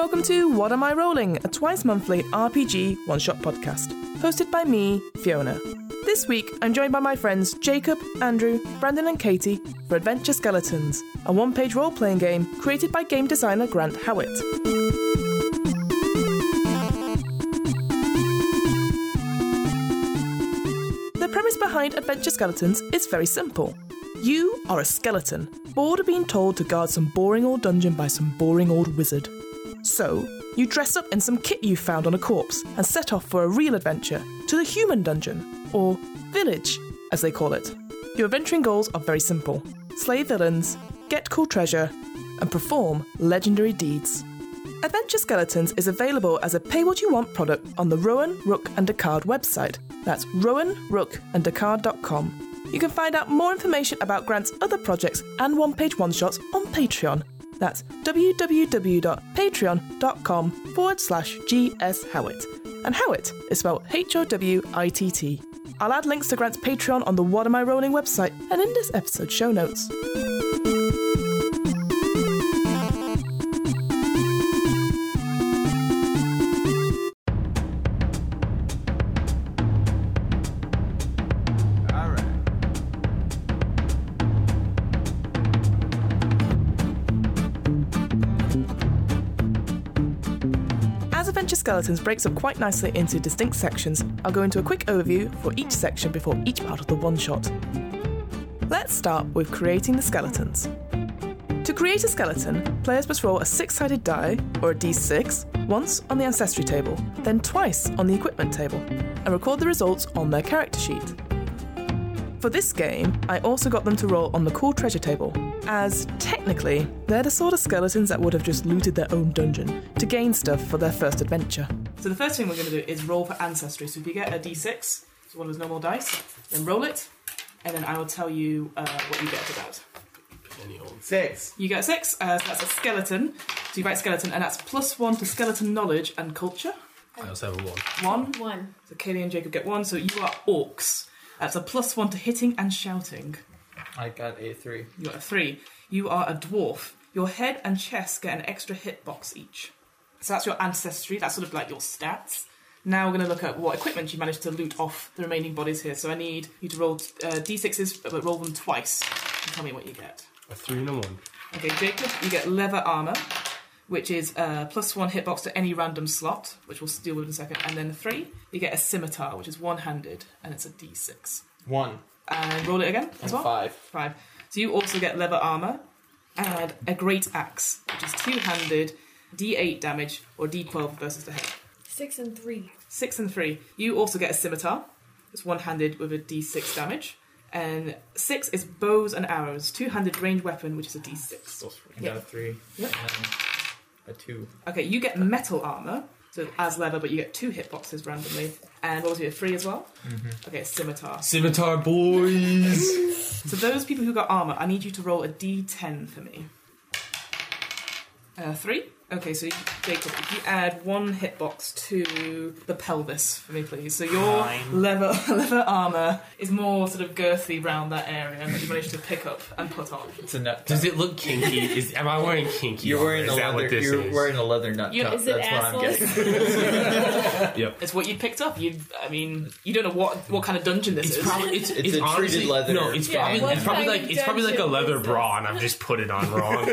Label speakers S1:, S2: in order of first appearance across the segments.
S1: What Am I Rolling, a twice monthly RPG one shot podcast, hosted by me, Fiona. This week, I'm joined by my friends Jacob, Andrew, Brandon, and Katie for Adventure Skeletons, a one page role playing game created by game designer Grant Howitt. The premise behind Adventure Skeletons is very simple. You are a skeleton, bored of being told to guard some boring old dungeon by some boring old wizard. So, you dress up in some kit you found on a corpse and set off for a real adventure to the human dungeon, or village, as they call it. Your adventuring goals are very simple slay villains, get cool treasure, and perform legendary deeds. Adventure Skeletons is available as a pay what you want product on the Rowan, Rook and Descartes website. That's Rowan, Rook and Descartes.com. You can find out more information about Grant's other projects and one page one shots on Patreon. That's www.patreon.com forward slash GS Howitt. And Howitt is spelled H O W I T T. I'll add links to Grant's Patreon on the What Am I Rolling website and in this episode's show notes.
S2: All right.
S1: As Adventure Skeletons breaks up quite nicely into distinct sections, I'll go into a quick overview for each section before each part of the one shot. Let's start with creating the skeletons. To create a skeleton, players must roll a six sided die, or a d6, once on the ancestry table, then twice on the equipment table, and record the results on their character sheet. For this game, I also got them to roll on the cool treasure table, as technically, they're the sort of skeletons that would have just looted their own dungeon to gain stuff for their first adventure. So the first thing we're going to do is roll for ancestry. So if you get a d6, so one of those normal dice, then roll it, and then I will tell you uh, what you get about.
S2: Six.
S1: You get six, uh, so that's a skeleton. So you write skeleton, and that's plus one to skeleton knowledge and culture.
S3: I also have a one.
S1: One.
S4: One.
S1: So Kaylee and Jacob get one, so you are orcs. That's a plus one to hitting and shouting.
S5: I got a three.
S1: You got a three. You are a dwarf. Your head and chest get an extra hit box each. So that's your ancestry. That's sort of like your stats. Now we're going to look at what equipment you managed to loot off the remaining bodies here. So I need you to roll uh, d6s, but roll them twice and tell me what you get.
S3: A three and a one.
S1: Okay, Jacob, you get leather armor, which is uh, plus one hitbox to any random slot, which we'll deal with in a second. And then three, you get a scimitar, which is one handed, and it's a d6.
S5: One.
S1: And roll it again as
S5: And
S1: well.
S5: five.
S1: Five. So you also get leather armor and a great axe, which is two handed, d8 damage or d12 versus the head.
S4: Six and three.
S1: Six and three. You also get a scimitar. It's one handed with a d6 damage. And six is bows and arrows, two handed ranged weapon, which is a d6.
S5: I got a three.
S1: Yep.
S5: And a two.
S1: Okay, you get metal armor, so as leather, but you get two hitboxes randomly. And what was it, a three as well? Mm-hmm. Okay, scimitar.
S3: Scimitar boys.
S1: So those people who got armor, I need you to roll a d10 for me. Uh, three. Okay, so you- Jacob, if you add one hitbox to the pelvis for me, please. So your
S5: Nine.
S1: leather leather armor is more sort of girthy round that area that you managed to pick up and put on.
S5: It's a nut.
S3: Does it look kinky? Is am I wearing kinky?
S5: You're
S3: armor?
S5: wearing
S3: is
S5: a
S3: that
S5: leather.
S3: what this
S5: You're
S3: is?
S5: wearing a leather nut
S1: You-
S5: top.
S4: is it
S5: That's what I'm
S4: assholes?
S5: getting.
S3: Yep.
S1: It's what you picked up. You, I mean, you don't know what what kind of dungeon this
S3: It's
S1: is.
S3: probably it's,
S5: a treated
S3: honestly,
S5: leather.
S3: No, it's
S5: Yeah,
S3: probably
S5: what
S3: it's probably
S4: kind
S3: like
S4: of
S3: it's probably like a
S4: dungeon
S3: leather
S4: is
S3: bra, and I've just put it on wrong.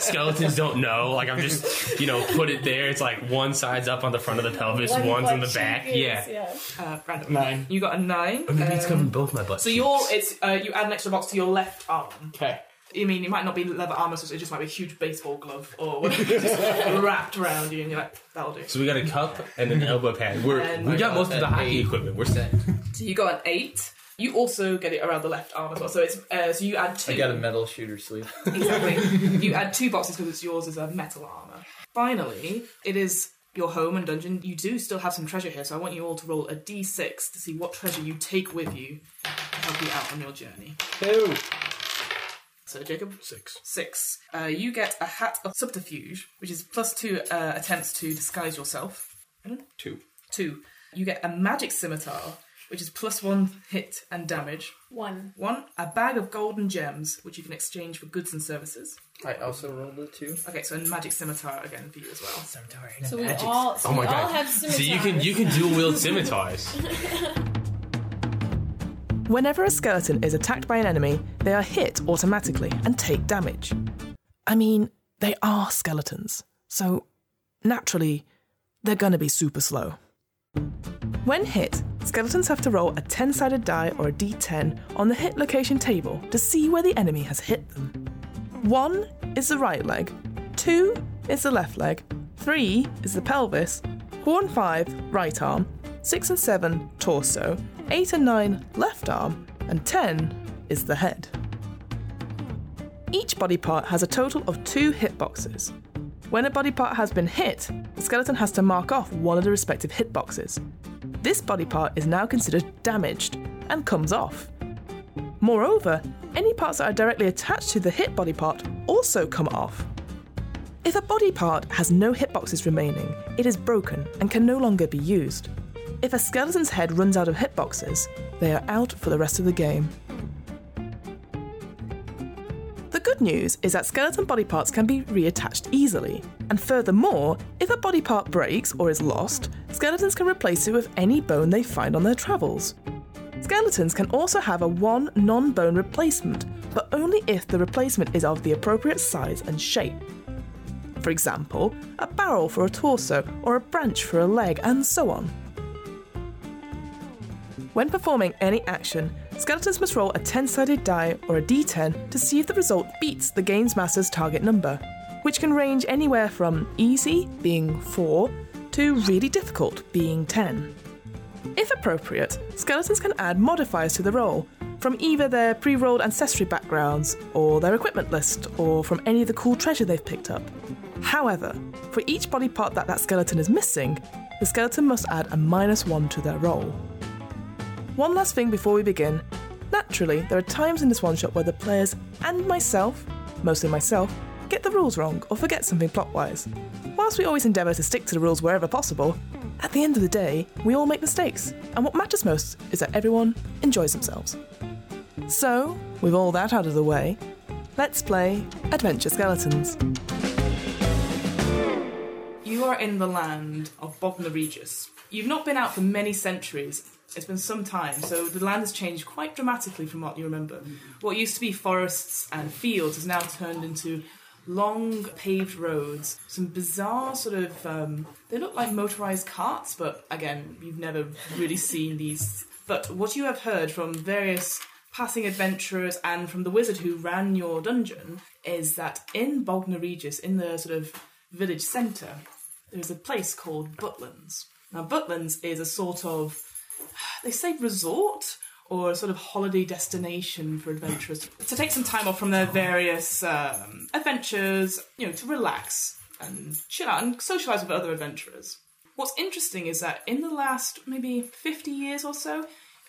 S3: Skeletons don't know. Like I've just you know put it there. It's like one side's up on the front of the pelvis,
S4: One
S3: one's on the
S4: butt
S3: back.
S4: cheek is-
S3: Yeah.
S1: uh, random.
S5: Nine.
S1: You got a nine.
S3: Maybe it's
S1: Um,
S3: covering both my butt.
S1: so your it's uh, you add an extra box to your left arm.
S5: Okay.
S1: I mean, it might not be leather armor, so it just might be a huge baseball glove or whatever, just wrapped around you, and you're like, that'll do.
S3: So we got a cup and an elbow pad. We're,
S1: And-
S3: we got most of the
S5: An
S3: hockey
S5: eight.
S3: equipment. We're set.
S1: So you got an eight. You also get it around the left arm as well. So it's uh, so you add two.
S5: I got a metal shooter sleeve.
S1: exactly. you add two boxes because it's yours is a metal armor. Finally, it is your home and dungeon. You do still have some treasure here, so I want you all to roll a d6 to see what treasure you take with you to help you out on your journey.
S5: Two.
S1: So Jacob,
S3: Six.
S1: Six. Uh, you get a hat of subterfuge, which is plus two uh, attempts to disguise yourself.
S5: Two.
S1: Two. You get a magic scimitar, which is plus one hit and damage.
S4: One.
S1: One, a bag of gold and gems, which you can exchange for goods and services.
S5: I also rolled a two.
S1: Okay, so a magic scimitar again for you as well.
S4: So we all, so
S3: Oh my
S4: we all
S3: god!
S4: have
S3: so
S4: scimitars.
S3: you can you can dual wield scimitars.
S1: Whenever a skeleton is attacked by an enemy, they are hit automatically and take damage. I mean, they are skeletons, so naturally, they're gonna be super slow. When hit, skeletons have to roll a 10 sided die or a d10 on the hit location table to see where the enemy has hit them. 1 is the right leg, 2 is the left leg, 3 is the pelvis, 4 and 5 right arm, 6 and 7 torso, 8 and 9 left arm, and 10 is the head. Each body part has a total of two hitboxes. When a body part has been hit, the skeleton has to mark off one of the respective hitboxes. This body part is now considered damaged and comes off. Moreover, any parts that are directly attached to the hit body part also come off. If a body part has no hitboxes remaining, it is broken and can no longer be used. If a skeleton's head runs out of hitboxes, they are out for the rest of the game. The good news is that skeleton body parts can be reattached easily, and furthermore, if a body part breaks or is lost, skeletons can replace it with any bone they find on their travels. Skeletons can also have a one non bone replacement, but only if the replacement is of the appropriate size and shape. For example, a barrel for a torso or a branch for a leg, and so on. When performing any action, skeletons must roll a 10 sided die or a d10 to see if the result beats the game's master's target number, which can range anywhere from easy, being 4, to really difficult, being 10. If appropriate, skeletons can add modifiers to the roll from either their pre rolled ancestry backgrounds, or their equipment list, or from any of the cool treasure they've picked up. However, for each body part that that skeleton is missing, the skeleton must add a minus one to their roll. One last thing before we begin. Naturally, there are times in this one shot where the players and myself, mostly myself, get the rules wrong or forget something plot wise. Whilst we always endeavour to stick to the rules wherever possible, at the end of the day, we all make mistakes, and what matters most is that everyone enjoys themselves. So, with all that out of the way, let's play Adventure Skeletons. You are in the land of Bognor Regis. You've not been out for many centuries. It's been some time, so the land has changed quite dramatically from what you remember. What used to be forests and fields has now turned into long paved roads, some bizarre sort of. Um, they look like motorised carts, but again, you've never really seen these. But what you have heard from various passing adventurers and from the wizard who ran your dungeon is that in Bognor Regis, in the sort of village centre, there's a place called Butlands. Now, Butlands is a sort of, they say resort or a sort of holiday destination for adventurers to take some time off from their various um, adventures, you know, to relax and chill out and socialise with other adventurers. What's interesting is that in the last maybe 50 years or so,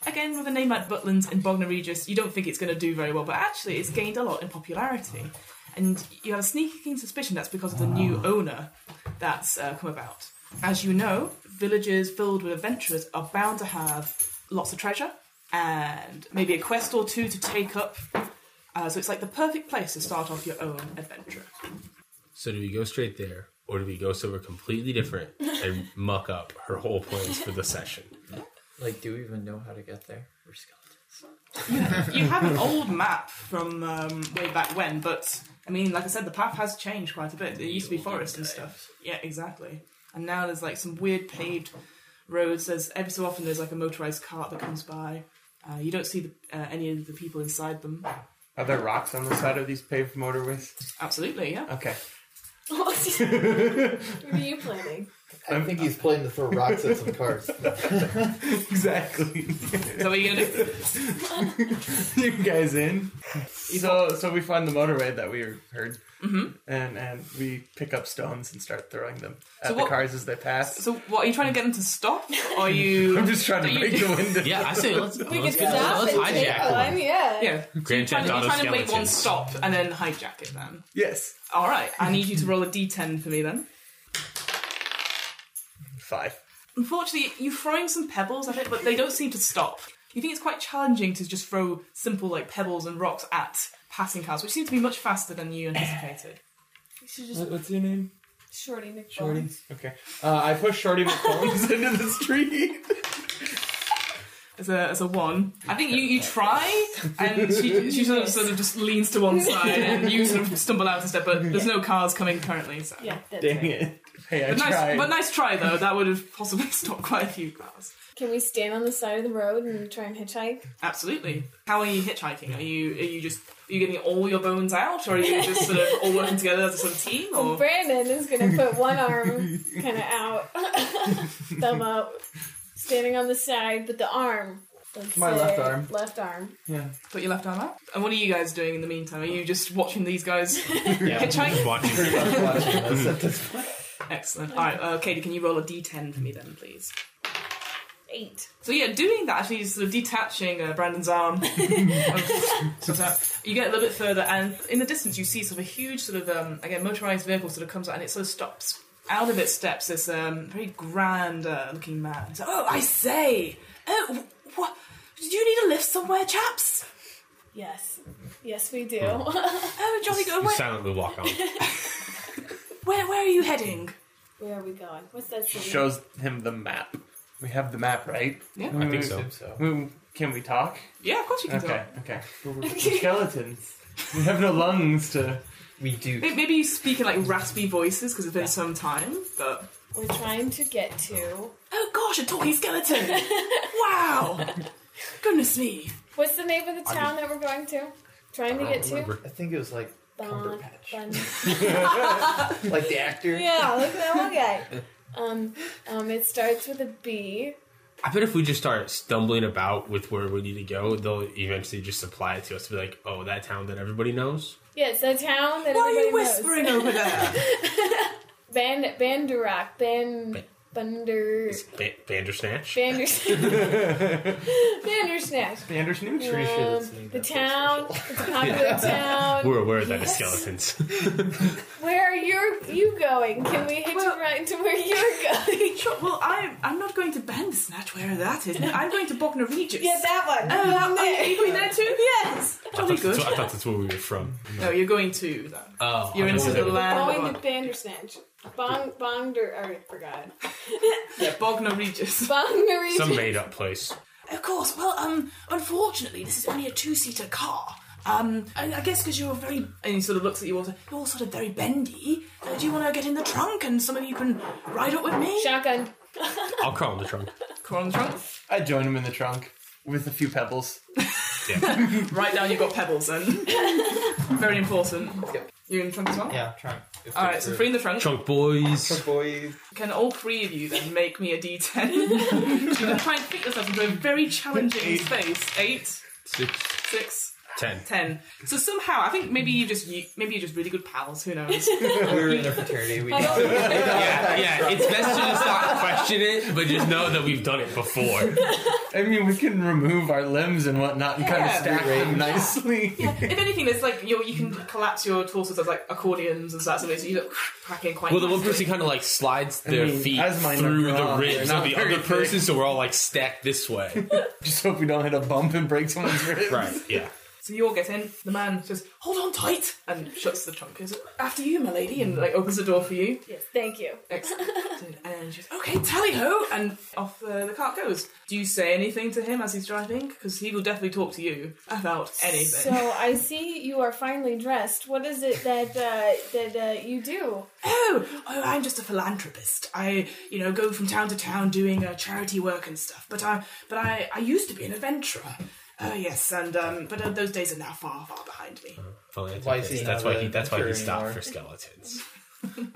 S1: again with a name like Butlands in Bognor Regis, you don't think it's going to do very well, but actually it's gained a lot in popularity. And you have a sneaking suspicion that's because of the new owner that's uh, come about. As you know, villages filled with adventurers are bound to have lots of treasure and maybe a quest or two to take up. Uh, so it's like the perfect place to start off your own adventure.
S3: So do we go straight there, or do we go somewhere completely different and muck up her whole plans for the session?
S5: Like, do we even know how to get there? We're skeletons.
S1: you have an old map from um, way back when, but I mean, like I said, the path has changed quite a bit. There used to be forest and stuff. Yeah, exactly. And now there's like some weird paved roads. There's every so often there's like a motorized cart that comes by. Uh, you don't see the, uh, any of the people inside them.
S6: Are there rocks on the side of these paved motorways?
S1: Absolutely, yeah.
S6: Okay.
S4: what are you planning?
S7: I think he's playing to throw rocks at some cars.
S6: Exactly.
S1: Is that what you're gonna do?
S6: you guys in? So, so we find the motorway that we heard,
S1: Mm-hmm.
S6: and and we pick up stones and start throwing them at
S1: So
S6: the
S1: what-
S6: cars as they pass.
S1: So, what are you trying to get them to stop? Or are you?
S6: I'm just trying to
S1: You-
S6: break the window.
S3: Yeah, I say let's
S4: We
S3: let's,
S4: could
S3: get-
S4: stop
S3: let's
S4: and take
S3: hijack
S4: one,
S3: one.
S4: Yeah.
S1: Yeah.
S3: Grand
S1: Trying to,
S3: Theft
S1: you're
S3: Auto
S1: trying to make one
S3: skeletons.
S1: stop and then hijack it then.
S6: Yes.
S1: All right, I need you to roll a d10 for me then.
S6: Five.
S1: Unfortunately, you're throwing some pebbles at it, but they don't seem to stop. You think it's quite challenging to just throw simple like pebbles and rocks at passing cars, which seem to be much faster than you anticipated.
S4: You should just
S6: What- What's your name?
S4: shorty McBones.
S6: Shorty. Okay. Uh, I push Shorty McCombs into the street.
S1: As a, as a one, I think you, you try, and she, she sort, of, sort of just leans to one side, and you sort of stumble out instead. But there's no cars coming currently, so
S4: Yeah, that's
S6: Dang
S4: right.
S6: it. Hey, I
S1: But nice,
S6: tried.
S1: but nice try though. That would have possibly stopped quite a few cars.
S4: Can we stand on the side of the road and try and hitchhike?
S1: Absolutely. How are you hitchhiking? Are you are you just are you getting all your bones out, or are you just sort of all working together as a sort of team?
S3: Oh.
S1: Or
S4: Brandon is gonna put one arm kind of out, thumb up, standing on the side, but the arm. let's
S6: My left arm.
S4: Left arm.
S6: yeah.
S1: put your left arm out. And what are you guys doing in the meantime? Are you just watching these guys
S3: Yeah, I'm
S1: hitchhike?
S3: just watching.
S5: Pretty much watching us at this point.
S1: Excellent. All right, uh, Katie, can you roll a d10 for me then, please?
S4: Eight.
S1: So yeah, doing that actually is sort of detaching uh, Brandon's arm. Sort of- you get a little bit further, and in the distance you see sort of a huge sort of um, again motorized vehicle sort of comes out, and it sort of stops. Out of it steps this um, very grand uh, looking man. He's like, oh, I say, oh, what? Do you need a lift somewhere, chaps?
S4: Yes. Yes, we do.
S1: Oh, jolly good.
S3: You
S1: Where,
S3: silently walk on.
S1: where, where are you heading?
S4: Where are we going? What's that? City?
S6: Shows him the map. We have the map, right?
S1: Yeah.
S3: I think so.
S6: We- Can we talk?
S1: Yeah, of course you can go.
S6: Okay, okay. We're, we're skeletons. We have no lungs to.
S8: We do.
S1: May- Maybe you speak in like raspy voices because it's been some time, but.
S4: We're trying to get to.
S1: Oh gosh, a talking skeleton! wow! Goodness me!
S4: What's the name of the town that we're going to? Trying to get to.
S5: I think it was like
S4: Bon-
S5: Cumberpatch.
S4: Bon-
S5: Like the actor.
S4: yeah, look at that one guy. Um, um, it starts with a B.
S3: I bet if we just start stumbling about with where we need to go, they'll eventually just supply it to us. Be like, oh, that town that everybody knows.
S4: Yeah, it's a town that
S1: Why are you
S4: everybody knows.
S1: whispering over there?
S4: Band Bandurak, Ban Bunder
S3: It's ba- Bandersnatch.
S4: Bandersnatch. Bandersnatch.
S6: Bandersnooch?
S5: Pretty sure that's
S4: Um,
S5: named
S4: the
S5: after
S4: town, it's a popular town.
S3: We're aware that it's
S4: Yes.
S3: skeletons.
S4: Where are you you going? Can we hitch
S1: Well-
S4: a ride to where you're going?
S1: Sure, well, I'm, I'm not going to Bandersnatch, wherever that is. I'm going to Bognor Regis.
S4: yeah, that one.
S1: Oh, that one. Are you going there too? Yes!
S3: I
S1: Jolly
S3: thought,
S1: good.
S3: That's, I thought that's where we were from.
S1: No, you're going to that.
S3: Oh,
S1: You're into the
S4: Going
S1: land
S4: to
S1: of
S4: Bandersnatch. Bong Bongder. I forgot.
S1: Bognor Regis.
S4: Bongder.
S3: Some made up place.
S1: Of course. Well, um, unfortunately, this is only a two-seater car. Um, and I guess because you're very, and he sort of looks at you all. You're all sort of very bendy. Uh, do you want to get in the trunk and some of you can ride up with me?
S4: Shotgun.
S3: I'll crawl in the trunk.
S1: Crawl in the trunk.
S6: I join him in the trunk with a few pebbles.
S3: Yeah.
S1: Right now you've got pebbles then. Very important.
S5: Yep.
S1: You're in trunk as well?
S5: Yeah, trying. If
S1: Alright, so three in the trunk.
S3: trunk boys.
S5: boys.
S1: Can all three of you then make me a d10? you can try and fit yourself into a very challenging space. Eight,
S3: Six,
S1: six,
S3: ten.
S1: ten. So somehow, I think maybe you just you, maybe you're just really good pals. Who knows?
S5: We were in their fraternity. We
S4: I don't-
S3: Yeah, yeah. It's best to just not question it, but just know that we've done it before.
S6: I mean, we can remove our limbs and whatnot and kind of
S1: Yeah.
S6: stack them nicely.
S1: yeah. If anything, there's like you you can collapse your torsos as like accordions and stuff. So you look cracking quite.
S3: Well, the one
S1: nicely.
S3: person kind of like slides their
S6: I mean,
S3: feet
S6: as mine are
S3: through the
S6: drawn,
S3: ribs
S6: they're
S3: of the
S6: not very
S3: other person, so we're all like stacked this way.
S6: Just hope we don't hit a bump and break someone's ribs.
S3: right. Yeah.
S1: So you all get in. The man says, "Hold on tight," and shuts the trunk. He says, "After you, my lady," and like opens the door for you.
S4: yes, thank you.
S1: Excellent. and she's okay, tally ho, and off uh, the cart goes. Do you say anything to him as he's driving? Because he will definitely talk to you about
S4: So
S1: anything.
S4: I see you are finely dressed. What is it that uh, that uh, you do?
S1: oh, oh, I'm just a philanthropist. I, you know, go from town to town doing uh, charity work and stuff. But I, but I, I used to be an adventurer. Oh yes, and um, but uh, those days are now far, far behind me.
S5: Why is he
S3: that's
S5: not
S3: why he.
S5: a
S3: That's why he
S5: hunter
S3: stopped
S5: anymore?
S3: for skeletons.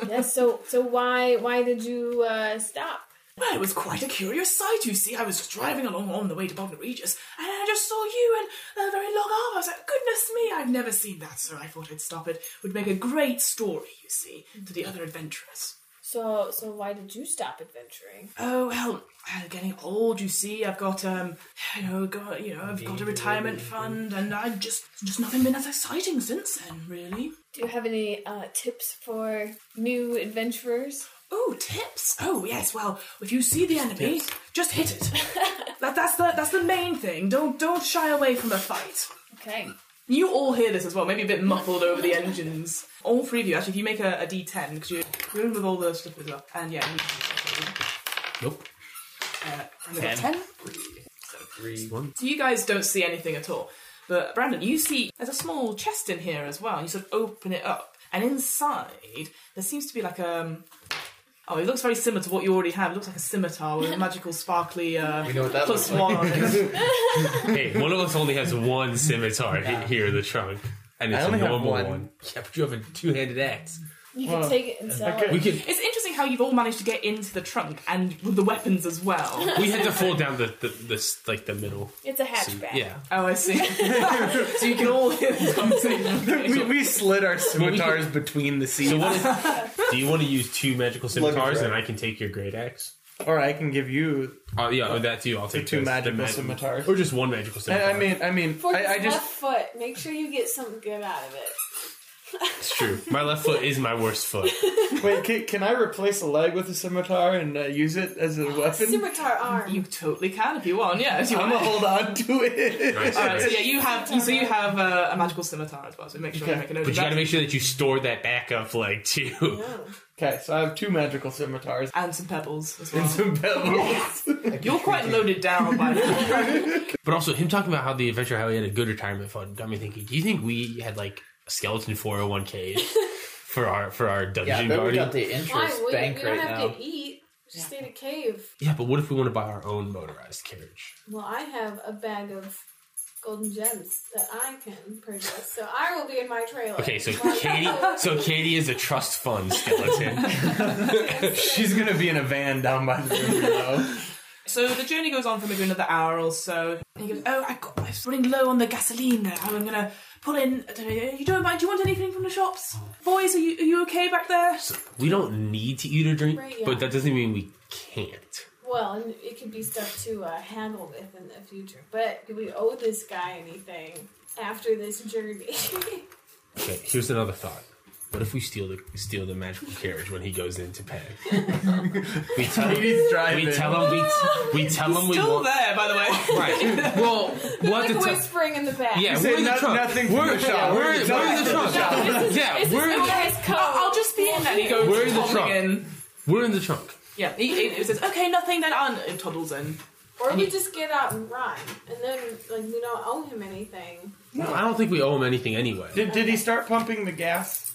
S4: Yes. So so why why did you uh, stop?
S1: Well, it was quite a curious sight, you see. I was just driving along on the way to Bognor Regis, and I just saw you and a very long arm. I was like, goodness me, I've never seen that, so I thought I'd stop it. Would make a great story, you see, to the other adventurers.
S4: So so why did you stop adventuring?
S1: Oh well, uh, getting old, you see. I've got um, you know, got you know, I've got a retirement fund, and I just just nothing been as exciting since then, really.
S4: Do you have any uh, tips for new adventurers?
S1: Oh, tips. Oh, yes. Well, if you see the enemy, just hit it. that, that's the that's the main thing. Don't don't shy away from the fight.
S4: Okay.
S1: You all hear this as well, maybe a bit muffled over the engines. All three of you, actually, if you make a a D10, because you're dealing with all the stuff as well. And yeah, you,
S3: Nope.
S1: uh, Brandon got 10.
S5: Three.
S3: One.
S1: So you guys don't see anything at all. But Brandon, you see there's a small chest in here as well. You sort of open it up, and inside there seems to be like a. Oh, it looks very similar to what you already have. It looks like a scimitar with a magical sparkly uh,
S5: We know what that
S1: plus
S5: looks like.
S1: one on it.
S3: Hey, one of us only has one scimitar he- here in the trunk, and it's
S6: I only
S3: a
S6: have
S3: normal
S6: one.
S3: one. Yeah, but you have a two-handed axe.
S4: You can
S6: Well,
S4: take it and sell
S6: okay.
S4: it.
S3: We could.
S1: It's interesting how you've all managed to get into the trunk and with the weapons as well.
S3: We had to fold down the, the this like the middle.
S4: It's a
S3: seat.
S4: hatchback.
S3: Yeah.
S1: Oh, I see. so you can all hear the conversation.
S6: We, we slid our scimitars between the seats.
S3: So what if- do you want to use two magical
S5: Luggage,
S3: scimitars,
S5: right.
S3: and I can take your great axe?
S6: or I can give you
S3: Oh yeah, oh, that too. I'll take
S6: two
S3: this, the
S6: magical
S3: mag-
S6: scimitars.
S3: or just one magical scimitar.
S6: I, I mean, I mean,
S4: For
S6: I,
S4: his
S6: I just
S4: left foot, make sure you get something good out of it.
S3: it's true. My left foot is my worst foot.
S6: wait. Can, can I replace a leg with a scimitar and uh, use it as a weapon?
S4: Scimitar arm.
S1: You totally can if you want. Yeah, if you
S6: I'm
S1: want.
S6: gonna hold on to it.
S3: Nice,
S1: All right, so
S3: nice.
S1: yeah, you have you, so you have uh, a magical scimitar as well. So make sure you
S6: Okay.
S1: make a note of
S3: But you got to
S1: that.
S3: make sure that you store that backup leg too.
S6: Okay, so I have two magical scimitars
S1: and some pebbles as well.
S6: and some pebbles.
S1: You're quite loaded down by now.
S3: But also him talking about how the adventure how he had a good retirement fund got me thinking. Do you think we had like a skeleton four hundred one k for our for our
S5: Yeah,
S3: dungeon
S5: but we
S3: guardian?
S5: got the interest
S4: Why? Well,
S5: bank
S4: you, you don't
S5: right
S4: have
S5: now.
S4: to eat. Just stay in a cave.
S3: Yeah, but what if we want to buy our own motorized carriage?
S4: Well, I have a bag of golden gems that I can purchase, so I will be in my trailer.
S3: Okay, so
S4: Like,
S3: Katie, so Katie is a trust fund skeleton.
S6: She's gonna be in a van down by the river, though.
S1: so the journey goes on for maybe another hour or so. And he goes, "Oh, I got, I'm running low on the gasoline. now. I'm gonna pull in. I don't know, you don't mind? Do you want anything from the shops, boys? Are you are you okay back there?
S3: We don't need to eat or drink,
S4: Right, yeah.
S3: but that doesn't mean we can't.
S4: well, and it could be stuff to uh, haggle with in the future. But do we owe this guy anything after this journey?
S3: Okay, here's another thought. What if we steal the steal the magical carriage when he goes into peg? we tell him
S6: Katie's driving.
S3: we tell him we, t- we tell him we
S1: Still
S3: want
S1: there, by the way.
S3: right. Well, we'll have
S4: like
S3: to tell.
S4: whispering in the back.
S3: Yeah,
S6: Say
S3: we're in the
S6: no-
S3: trunk.
S6: nothing from
S3: We're,
S6: the shop.
S3: we're,
S6: We're
S3: we're in the
S6: inside the
S3: trunk.
S4: This is,
S3: Yeah,
S4: this
S3: we're
S4: is
S3: in
S4: the
S3: the,
S4: guy's code.
S1: I'll, I'll just be in there. He goes,
S3: Where is the
S1: toddling
S3: trunk?
S1: in.
S3: we're in the trunk.
S1: Yeah, he, he, he says, "Okay, nothing." Then and and toddles in.
S4: Or we just get out and run, and then like we don't owe him anything.
S3: I don't think we owe him anything anyway.
S6: Did, did he start pumping the gas?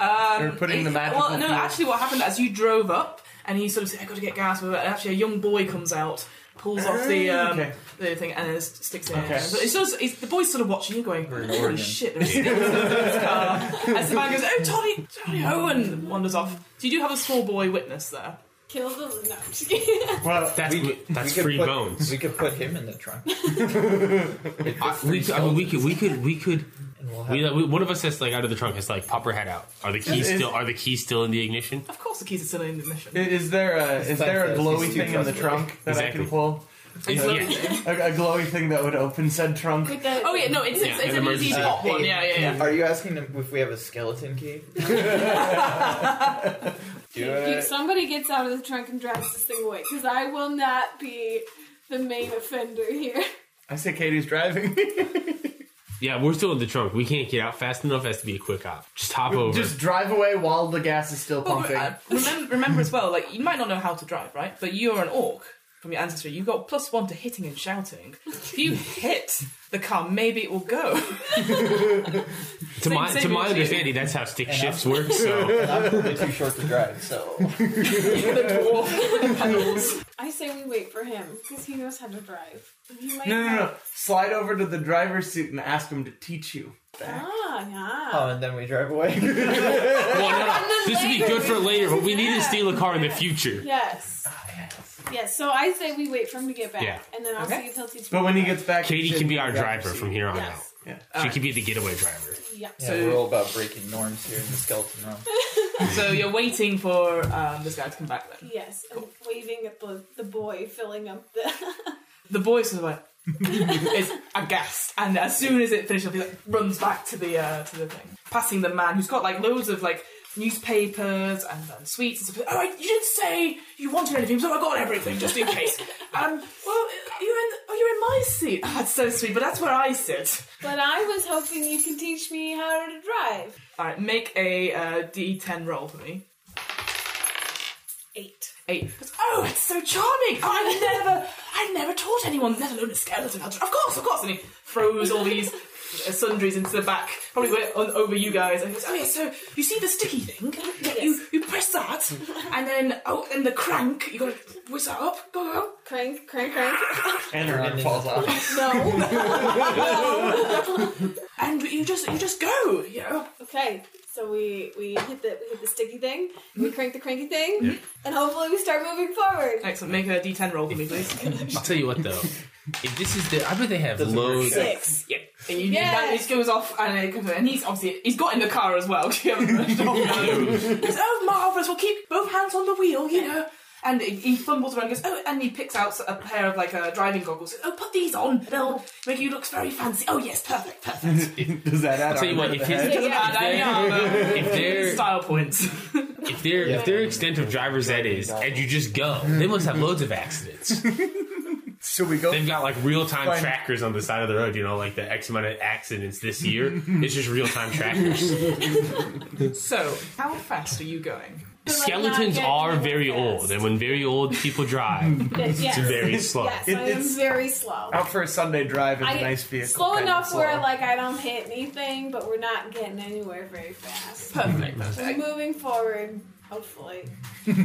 S1: Um,
S6: They're putting the
S1: it-
S6: magical
S1: Well, no,
S6: fuel.
S1: actually, what happened as you drove up and he sort of said, "I got to get gas," and actually, a young boy comes out, pulls off the um,
S6: Okay.
S1: the thing, and it sticks it in.
S6: Okay.
S1: So it's sort of, it's, the boy's sort of watching you, going, "Holy
S5: Oregon.
S1: shit!" There's in this car. As the man goes, "Oh, Tony, Tony Owen," wanders off. So you do have a small boy witness there.
S4: Kill the no. I'm just kidding.
S6: Well,
S3: That's
S5: We-
S3: that's
S5: we could
S3: free
S5: put-
S3: bones.
S5: We could put him in the trunk.
S3: I, we could, I mean, we could we could we could
S5: And we'll have
S3: we, we, one of us that's like out of the trunk has to, like pop her head out. Are the keys
S6: Is-
S3: still are the keys still in the ignition?
S1: Of course, the keys are still in the ignition.
S6: i- is there a is there a
S5: He's
S6: glowy
S5: too
S6: thing in the
S5: trustworthy.
S6: trunk that I
S3: Exactly.
S6: can pull?
S3: Yeah.
S6: A, a glowy thing that would open said trunk.
S4: With the-
S1: Oh yeah, no, it's,
S3: Yeah,
S1: it's, it's
S3: an
S1: an easy
S3: emergency.
S1: pop one. Yeah, yeah, yeah.
S5: Are you asking him if we have a skeleton key?
S6: Do
S4: If somebody gets out of the trunk and drives this thing away, because I will not be the main offender here.
S6: I say Katie's driving.
S3: Yeah, we're still in the trunk. We can't get out fast enough. It Has to be a quick hop. Just hop over.
S6: Just drive away while the gas is still
S1: Well,
S6: pumping.
S1: uh, remember, remember as well, like you might not know how to drive, right? But you're an orc from your ancestry. You've got plus one to hitting and shouting. If you hit the car, maybe it will go.
S3: to my
S1: same
S3: to my
S1: routine.
S3: understanding, that's how stick shifts work. So
S5: And I'm really too short to drive, so
S1: The dwarf.
S4: I say we wait for him because he knows how to drive. He might
S6: no, no, no. Slide over to the driver's seat and ask him to teach you.
S4: Ah, yeah.
S5: oh, and then we drive away.
S3: well, no, no, this would be
S4: later
S3: good for
S4: we-
S3: later. But we need to
S4: Yeah.
S3: steal a car in the future.
S4: Yes.
S6: Ah,
S4: Yes. So I say we wait for him to get back,
S3: Yeah.
S4: and then I'll
S1: Okay.
S4: see if he'll teach.
S6: But
S4: me
S6: when he
S4: to
S6: gets back,
S3: Katie
S6: should
S3: can
S6: in
S3: be our
S6: the driver's
S3: driver
S6: seat.
S3: from here on
S4: Yes.
S3: out.
S6: Yeah.
S3: She can be the getaway driver.
S4: drive. Yeah.
S5: yeah,
S1: So-
S5: we're all about breaking norms here in the skeleton realm.
S1: so you're waiting for um, this guy to come back. Then
S4: Yes. And waving at the the boy filling up the.
S1: the boy sort of like is aghast, and as soon as it finishes, up, he like runs back to the uh, to the thing, passing the man who's got like loads of like newspapers and, and sweets and stuff. Oh, you didn't say you wanted anything, so I got everything just in case. um, well, you're in, oh, you're in my seat. Oh, that's so sweet, but that's where I sit.
S4: But I was hoping you could teach me how to drive.
S1: All right, make a uh, D10 roll for me.
S4: Eight.
S1: Eight. Oh, it's so charming! I've never, I've never taught anyone, let alone a skeleton. How to, of course, of course. And he throws all these uh, sundries into the back, probably went on over you guys. And he goes, oh yeah, so you see the sticky thing? You you press that, and then oh, and the crank. You got to whiz that up. Go go.
S4: Crank, crank, crank.
S6: And her arm falls off.
S4: No.
S1: And you just you just go. You know.
S4: okay. So we, we hit the we hit the sticky thing,
S3: Mm-hmm.
S4: we crank the cranky thing, and hopefully we start moving forward.
S1: Excellent. Make a D10 roll for me, please.
S3: I'll tell you what though. If this is the, I bet they have loads.
S4: Six.
S1: Yeah. And you,
S4: Yes.
S1: that- this goes off, and it comes, and he's obviously he's got in the car as well. 'cause you haven't rushed off. He goes, oh, marvelous! We'll keep both hands on the wheel, you know. And he- he fumbles around, and goes, oh, and he picks out a pair of like uh, driving goggles. Oh, put these on. They'll make you look very fancy. Oh yes, perfect, perfect.
S6: Does that add
S3: I'll tell you
S6: on
S3: what,
S6: to
S3: if
S6: the
S3: his-
S6: head?
S1: Doesn't add any armor.
S3: If they're
S1: Style points.
S3: if their if their extent of driver's ed is, and you just go, they must have loads of accidents.
S6: Should we go?
S3: They've got like real time
S6: Fine.
S3: trackers on the side of the road. You know, like the X amount of accidents this year. It's just real time trackers.
S1: so, how fast are you going?
S3: Skeletons
S4: But
S3: are
S4: not yet.
S3: very old, and when very old people drive,
S4: Yes.
S3: it's very slow.
S4: Yes,
S6: It-
S4: I
S6: it's-
S4: am very slow.
S6: Out for a Sunday drive in a
S4: I,
S6: nice vehicle.
S4: slow
S6: kind of
S4: enough
S6: slow.
S4: where like I don't hit anything, but we're not getting anywhere very fast.
S1: Perfect.
S4: We're moving forward, hopefully.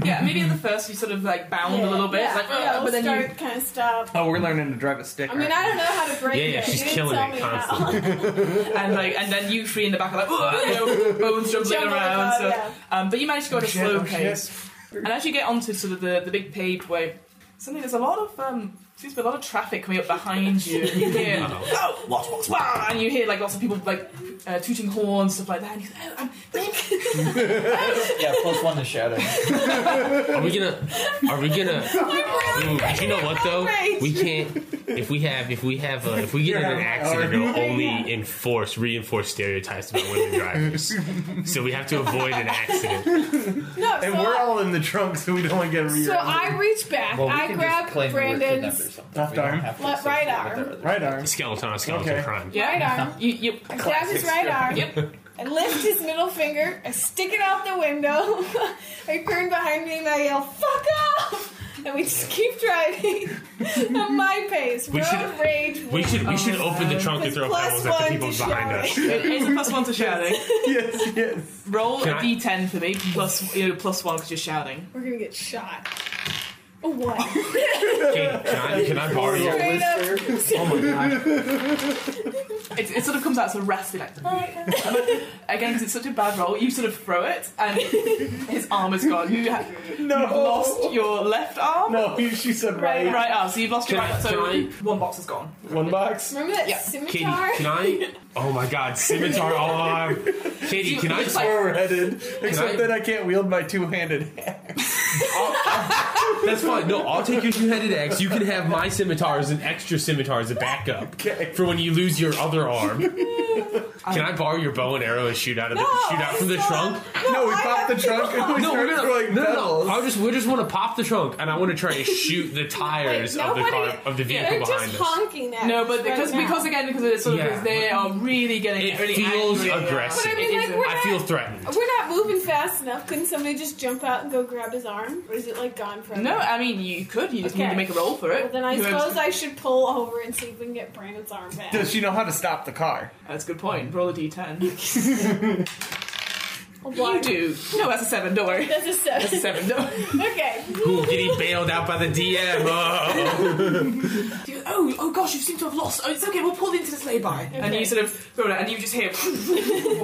S1: Yeah, maybe at the first you sort of like bound a little bit,
S4: Yeah,
S1: like, oh,
S4: yeah,
S3: uh,
S4: we'll
S1: but then
S4: start
S1: you.
S4: kind of stop.
S6: Oh, we're learning to drive a stick.
S4: I mean, I don't know how to break
S3: Yeah, yeah,
S4: it.
S3: she's
S4: you didn't
S3: killing
S4: tell
S3: it
S4: me how.
S3: constantly.
S1: and like, and then you three in the back are like, "Ugh," you know, bones jumbling
S4: Jumbling
S1: around.
S4: about,
S1: so,
S4: yeah.
S1: um, but you manage to go at a
S6: Shit,
S1: slow
S6: oh, shit.
S1: pace. And as you get onto sort of the, the big paved way, suddenly there's a lot of um, seems to be a lot of traffic coming up behind you. And you hear, oh, what, what, what? And you hear like lots of people like uh, tooting horns, stuff like that. And you go, oh, I'm
S5: Yeah, plus one to shouting.
S3: Are we gonna? Are we gonna? Ooh, you know what though? We can't. If we have, if we have, uh, if we get in an accident, it'll only enforce, reinforce stereotypes about women drivers. So we have to avoid an accident.
S4: No,
S6: And
S4: so,
S6: we're
S4: I-
S6: all in the trunk, so we don't want to get rear.
S4: so I reach back.
S5: Well, we
S4: I
S5: can
S4: grab
S5: just claim we were kidnapped or
S4: Brandon's
S5: something.
S6: Left
S5: We don't
S6: arm.
S5: have to
S4: Left- right
S5: associate with
S4: arm.
S5: that other
S6: right
S5: thing.
S6: arm.
S3: Skeleton on skeleton
S6: Okay.
S3: crime.
S4: right arm.
S1: you, you,
S4: I grab his right arm.
S1: Yep.
S4: I lift his middle finger. I stick it out the window. I turn behind me and I yell, "Fuck off!" And we just keep driving at my pace.
S3: We
S4: Road
S3: should-
S4: rage.
S3: We should we should open the trunk and throw
S4: Plus
S3: pebbles at the
S4: one
S3: people
S4: to
S3: behind us.
S4: shouting.
S1: It is a plus one to shouting.
S6: yes, yes.
S1: Roll
S3: Can
S1: a
S3: I-
S1: d10 for me, plus you know, plus one because you're shouting.
S4: We're gonna get shot. Oh, what?
S3: Can, can I can I borrow your?
S4: Straight up.
S3: Oh my god!
S1: It, it sort of comes out as a raspy like again because it's such a bad roll. You sort of throw it and his arm is gone. You have
S6: No.
S1: lost your left arm.
S6: No, she said right.
S4: Right,
S1: Right arm. So you've lost your
S3: Can I-
S1: right. So
S3: can
S1: one box is gone.
S6: One box.
S4: Remember that
S1: Yeah.
S3: Katie,
S4: scimitar?
S3: can I? Oh my god! Scimitar all arm. Katie, can I?
S1: It's
S6: Where
S1: like-
S6: we're headed. Except
S3: I-
S6: that I can't wield my two-handed hand.
S3: That's fine. No, I'll take your two-headed axe. You can have my scimitar as an extra scimitar as a backup
S6: Okay.
S3: for when you lose your other arm. Can I borrow your bow and arrow and shoot out of the shoot out from the
S4: it's not-
S3: trunk?
S6: No, we
S4: I
S6: popped the
S4: have
S6: trunk and we
S3: No, we're
S6: started
S3: not.
S6: throwing
S3: no, no,
S6: pebbles.
S3: no. I just we just want to pop the trunk and I want to try and shoot the tires of the car
S4: nobody-
S3: of the
S4: They're
S3: vehicle behind
S4: just
S3: us.
S4: honking at
S1: No,
S4: us
S1: but
S4: right
S1: because
S4: now.
S1: because again because it's sort of
S3: Yeah.
S1: they are really getting
S3: It
S1: really
S3: feels
S1: angry.
S3: aggressive.
S4: But I mean,
S1: It
S4: like,
S1: isn't.
S4: we're
S3: I
S4: not-
S3: feel threatened.
S4: We're not moving fast enough. Couldn't somebody just jump out and go grab his arm? Or is it like gone forever?
S1: No, I mean you could. You just need to
S4: Okay.
S1: make a roll for it.
S4: Well, then I
S1: Whoever's-
S4: suppose I should pull over and see if we can get Brandon's arm back.
S6: Does she know how to stop the car?
S1: that's a good point. Roll a d10.
S4: A one.
S1: you do. No, that's a seven. Don't worry.
S4: That's a seven.
S1: That's a seven. Don't worry.
S4: Okay.
S3: Ooh, getting bailed out by the DM. Oh.
S1: You go, oh, oh gosh, you seem to have lost. Oh, it's okay, we'll pull into this lay-by. And you sort of go down and you just hear,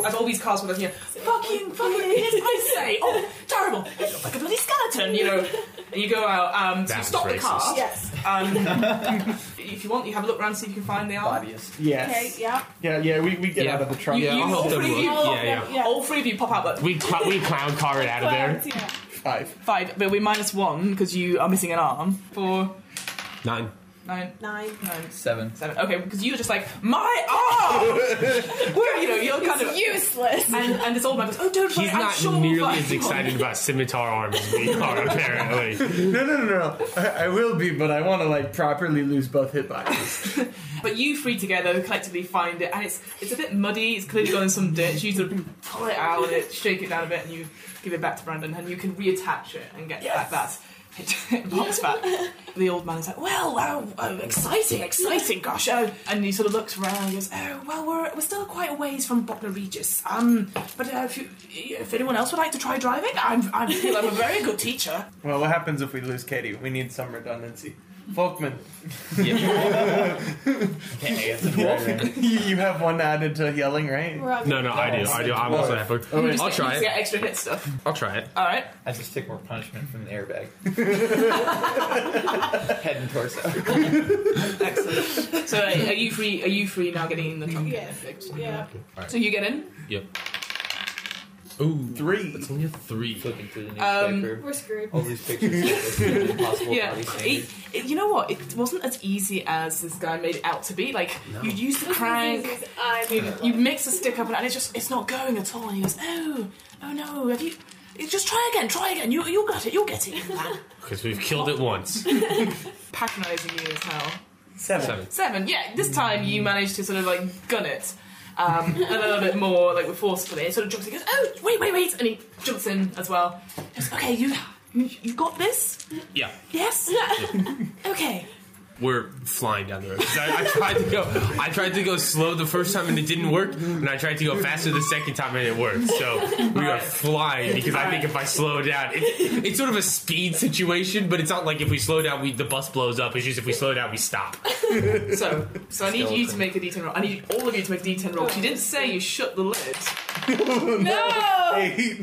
S1: as all these cars were here, fucking, fucking, yes, I say, oh, terrible, you look like a bloody skeleton, you know. And you go out, um, so you
S3: That
S1: stop the
S3: was
S1: car.
S4: Yes.
S1: Um, if you want, you have a look around, see if you can find the arm.
S5: Bodyist.
S6: Yes.
S4: Okay. Yeah.
S6: Yeah, yeah. We, we get
S3: Yeah.
S6: out of the trunk.
S3: Yeah,
S1: You-
S3: I'll help them.
S1: pretty-
S3: look.
S1: you-
S3: Yeah, yeah.
S4: Yeah.
S1: All three of you pop out, but
S3: We cl- we clown car it out of there.
S4: But, yeah.
S6: Five.
S1: five, but we're minus one because you are missing an arm. Four,
S3: Nine.
S1: Nine.
S4: Nine.
S1: Nine.
S5: Seven.
S1: Seven. Okay, because you're just like, my arm! Where, you know, you're kind of.
S9: Useless.
S1: And, and this old man goes, oh, don't worry,
S3: He's
S1: I'm
S3: not
S1: sure we'll
S3: nearly
S1: find
S3: as
S1: one."
S3: excited about scimitar arm as we are, apparently.
S6: No, no, no, no. I, I will be, but I want to like properly lose both hit boxes.
S1: But you three together collectively find it, and it's it's a bit muddy. It's clearly gone in some ditch. You sort of pull it out, and it shake it down a bit, and you give it back to Brandon, and you can reattach it and get back that. It pops back. The old man is like, "Well, wow, oh, exciting, exciting, gosh!" Oh, and he sort of looks around and goes, "Oh, well, we're, we're still quite a ways from Bognor Regis. Um, but uh, if you, if anyone else would like to try driving, I'm I feel I'm a very good teacher.
S6: Well, what happens if we lose Katie? We need some redundancy. Folkman,
S5: Okay, I guess it's
S6: you you have one added to yelling, right?
S4: We're on
S3: No, no, I do. I do. I'm also effort. Oh, I'll try
S1: You
S3: it.
S1: get extra hit stuff.
S3: I'll try it.
S1: All right.
S5: I just take more punishment from the airbag. Head and torso.
S1: Excellent. So uh, are you free? Are you free now? Getting in the trunk?
S4: Yes. Yeah.
S1: So you get in.
S3: Yep. Ooh.
S6: Three.
S3: It's only a three.
S5: Flipping through the
S1: Um,
S5: newspaper.
S4: We're screwed.
S5: all these pictures of this impossible
S1: Yeah.
S5: body
S1: It,
S5: standards.
S1: it- you know what? It wasn't as easy as this guy made it out to be. Like you use the crank,
S4: I mean,
S1: you mix the stick up, and it's just it's not going at all. And he goes, "Oh, oh no! Have you? you Just try again. Try again. You you'll get it. You'll get it." you lad."
S3: Because we've killed it once.
S1: Patronising you as hell.
S6: Seven.
S3: Seven.
S1: Seven. Yeah. This time you managed to sort of like gun it. Um, a little bit more like with forcefully. It sort of jumps and goes, "Oh, wait, wait, wait!" And he jumps in as well. He goes, okay, you you got this.
S3: Yeah.
S1: Yes. okay.
S3: We're flying down the road. 'Cause I, I tried to go. I tried to go slow the first time and it didn't work, and I tried to go faster the second time and it worked. So we are flying because I think if I slow down, it, it's sort of a speed situation, but it's not like if we slow down, we the bus blows up. It's just if we slow down, we stop.
S1: So, so I need you to make a D10 roll. I need all of you to make a D10 roll. 'cause You didn't say you shut the lid.
S4: no.
S6: Eight.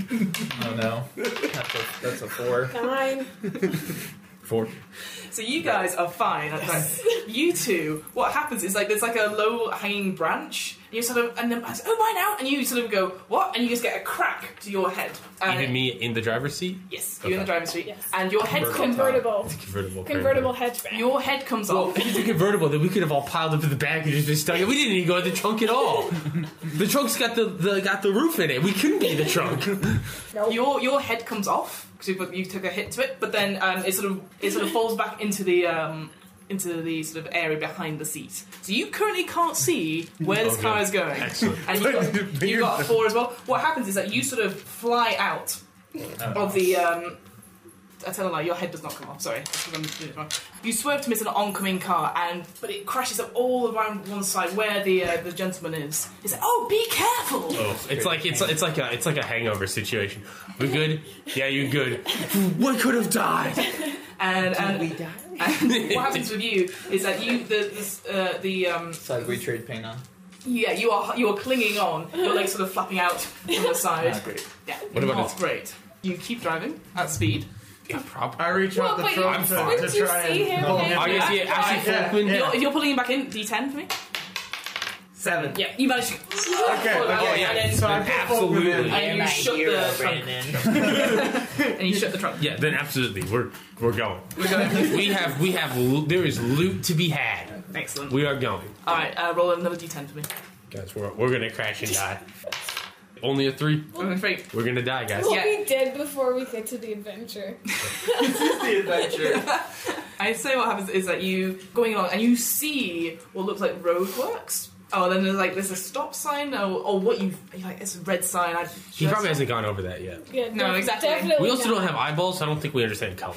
S5: Oh no. That's a, that's a four.
S4: Nine.
S3: Four.
S1: So you guys are fine. That's right. You two, what happens is like there's like a low hanging branch. And you sort of and then I say, oh mine out, and you sort of go what, and you just get a crack to your head. And
S3: Even me in the driver's seat.
S1: Yes, you're in the
S3: Okay.
S1: driver's seat,
S4: Yes.
S1: and your head comes.
S4: Convertible.
S3: Convertible.
S4: Convertible hatchback.
S1: Your head comes
S3: Well,
S1: off.
S3: if it's a convertible, then we could have all piled up in the back and just been stuck. in- We didn't even go in the trunk at all. The trunk's got the, the got the roof in it. We couldn't be in the trunk.
S1: Your your head comes off because you took a hit to it, but then um, it sort of it sort of falls back into the um, into the sort of area behind the seat. So you currently can't see where this
S3: Okay.
S1: car is going,
S3: Excellent.
S1: and you got, you got a four as well. What happens is that you sort of fly out
S3: Oh.
S1: of the. Um, I tell a lie. Your head does not come off. Sorry, I remembered to do it wrong. You swerve to miss an oncoming car, and but it crashes up all around one side where the uh, the gentleman is. He's like, "Oh, be careful!"
S3: Oh, it's like it's it's like a it's like a hangover situation. We good? Yeah, you good? We could have died.
S1: And, and And what happens with you is that you the this, uh, the um
S5: Side we trade paint on.
S1: yeah you are you are clinging on your legs sort of flapping out from the side
S5: Not great.
S1: yeah
S3: Ah, What about
S1: not
S3: it?
S1: great you keep driving at speed
S6: I reach
S4: Well,
S6: out the
S4: but you-
S6: phone
S3: wouldn't
S6: to, to
S4: you
S6: try
S4: see
S6: and
S4: him
S6: pull
S4: in-
S6: him.
S3: Oh, yes, yeah, Ashley
S6: Yeah,
S3: Falkman.
S6: yeah.
S1: you're, if you're pulling him back in d10 for me
S6: Seven.
S1: yeah you manage to
S6: Okay,
S1: pull it out,
S6: okay,
S1: and then
S6: So I put
S3: Absolutely.
S6: Falkman in.
S1: and you shut the trunk and you shut the trunk
S3: Yeah, then absolutely, we're we're going. We're going. we have we have lo- there is loot to be had.
S1: excellent
S3: We are going,
S1: alright uh, roll another d10 for me
S3: guys. We're we're gonna crash and die. Only a three.
S1: I'm afraid
S3: We're gonna die, guys.
S4: We'll
S1: Yeah.
S4: be dead before we get to the adventure.
S6: the adventure.
S1: I say what happens is that you going along and you see what looks like roadworks. Oh, then there's like there's a stop sign or, or what you you're like it's a red sign. I
S3: He probably hasn't gone over that yet.
S4: Yeah,
S1: No,
S4: def-
S1: exactly.
S4: Definitely
S3: We also
S4: not.
S3: don't have eyeballs, so I don't think we understand color.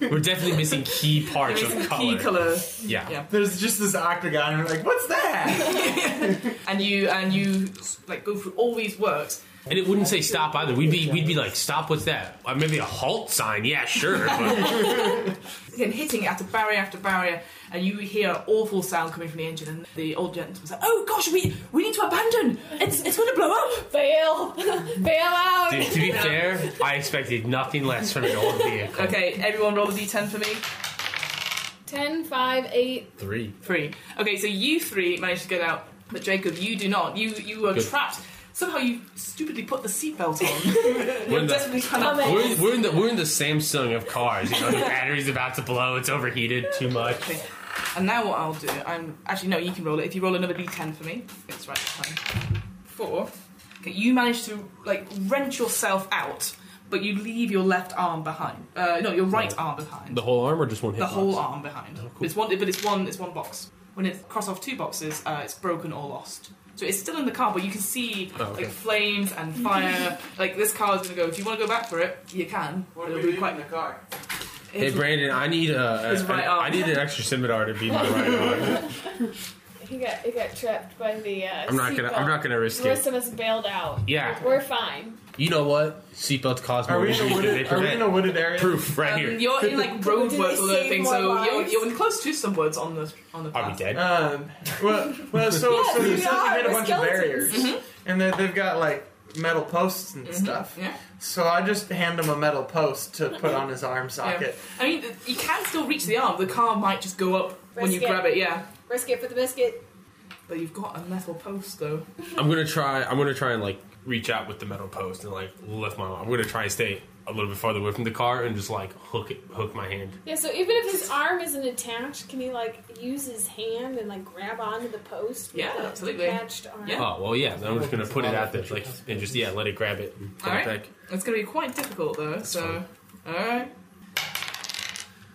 S3: We're definitely missing key parts
S1: There's
S3: of
S1: a
S3: color.
S1: key color,
S3: Yeah.
S1: Yeah.
S6: There's just this octagon, and we're like, what's that?
S1: and you and you like go through all these works.
S3: And it wouldn't say stop either. We'd be we'd be like, stop, what's that? Or maybe a halt sign, yeah, sure. But
S1: Again, hitting it after barrier after barrier, and you hear an awful sound coming from the engine. And the old gentleman's like, "Oh gosh, we we need to abandon. It's it's going to blow up."
S4: bail, bail out.
S3: to, to be fair, I expected nothing less from an old vehicle.
S1: Okay, everyone, roll a d10 for me.
S4: Ten, five, eight.
S3: Three.
S1: Three. Okay, so you three managed to get out, but Jacob, you do not. You you are
S3: Good.
S1: trapped. Somehow you stupidly put the seatbelt on.
S3: We're
S1: You're
S3: in the-
S1: desperately trying
S4: Come
S1: to.
S4: in.
S3: We're, we're in the we're in the Samsung of cars. You know, the battery's about to blow. It's overheated too much.
S1: Okay. And now what I'll do, I'm actually no, you can roll it. If you roll another d10 for me, it's right this time. Four. Okay, you manage to like wrench yourself out, but you leave your left arm behind. Uh, no, your right
S3: Right.
S1: arm behind.
S3: The whole arm or just one hit?
S1: the whole arm behind.
S3: cool.
S1: But it's one, but it's one, it's one box. When it cross off two boxes, uh, it's broken or lost. So it's still in the car, but you can see
S3: Oh, okay.
S1: like flames and fire. like this car is gonna go. If you want to go back for it, you can.
S6: What
S1: It'll
S6: are
S1: be
S6: we
S1: quite-
S6: quite in the car?
S3: Hey
S1: It's-
S3: Brandon, I need a,
S1: His
S3: a-
S1: right
S3: I-
S1: arm.
S3: I need an extra scimitar to be my right arm.
S4: He got he got trapped by the. Uh,
S3: I'm not gonna
S4: seatbelt.
S3: I'm not gonna risk
S4: The rest
S3: it.
S4: of us bailed out.
S3: Yeah.
S4: we're, we're fine.
S3: You know what? Seatbelts cause
S6: Are
S3: more
S6: we in a
S3: injuries than they
S6: wooded? Are we in
S3: prevent.
S6: a wooded area?
S3: Proof right
S1: um,
S3: here.
S1: You're in like roadworks
S9: Did
S1: or
S9: they
S1: that
S9: save
S1: thing,
S9: more
S1: so you're,
S9: lives?
S1: you're close to some words on the on the.
S3: Are we
S1: path.
S3: dead?
S6: Um, well, well, so so
S9: we
S6: you said
S9: are,
S6: you made a
S9: we're
S6: bunch
S9: skeletons.
S6: of barriers, and they, they've got like metal posts and stuff.
S1: Yeah.
S6: So I just hand him a metal post to put on his arm socket.
S1: I mean, you can still reach the arm. The car might just go up when you
S9: Risk it.
S1: grab it. Yeah.
S9: Risk it for the biscuit.
S1: But you've got a metal post though.
S3: I'm gonna try. I'm gonna try and like reach out with the metal post and like lift my arm. I'm gonna try and stay a little bit farther away from the car and just like hook it, hook my hand.
S4: Yeah, so even if his arm isn't attached, can he like use his hand and like grab onto the post? with
S1: Yeah,
S4: the
S1: absolutely.
S4: Attached arm.
S1: Yeah.
S3: Oh well, yeah. then I'm just gonna put it out there, like, and just yeah, let it grab it. And pull
S1: All
S3: it
S1: right.
S3: back.
S1: It's gonna be quite difficult though. so, all right.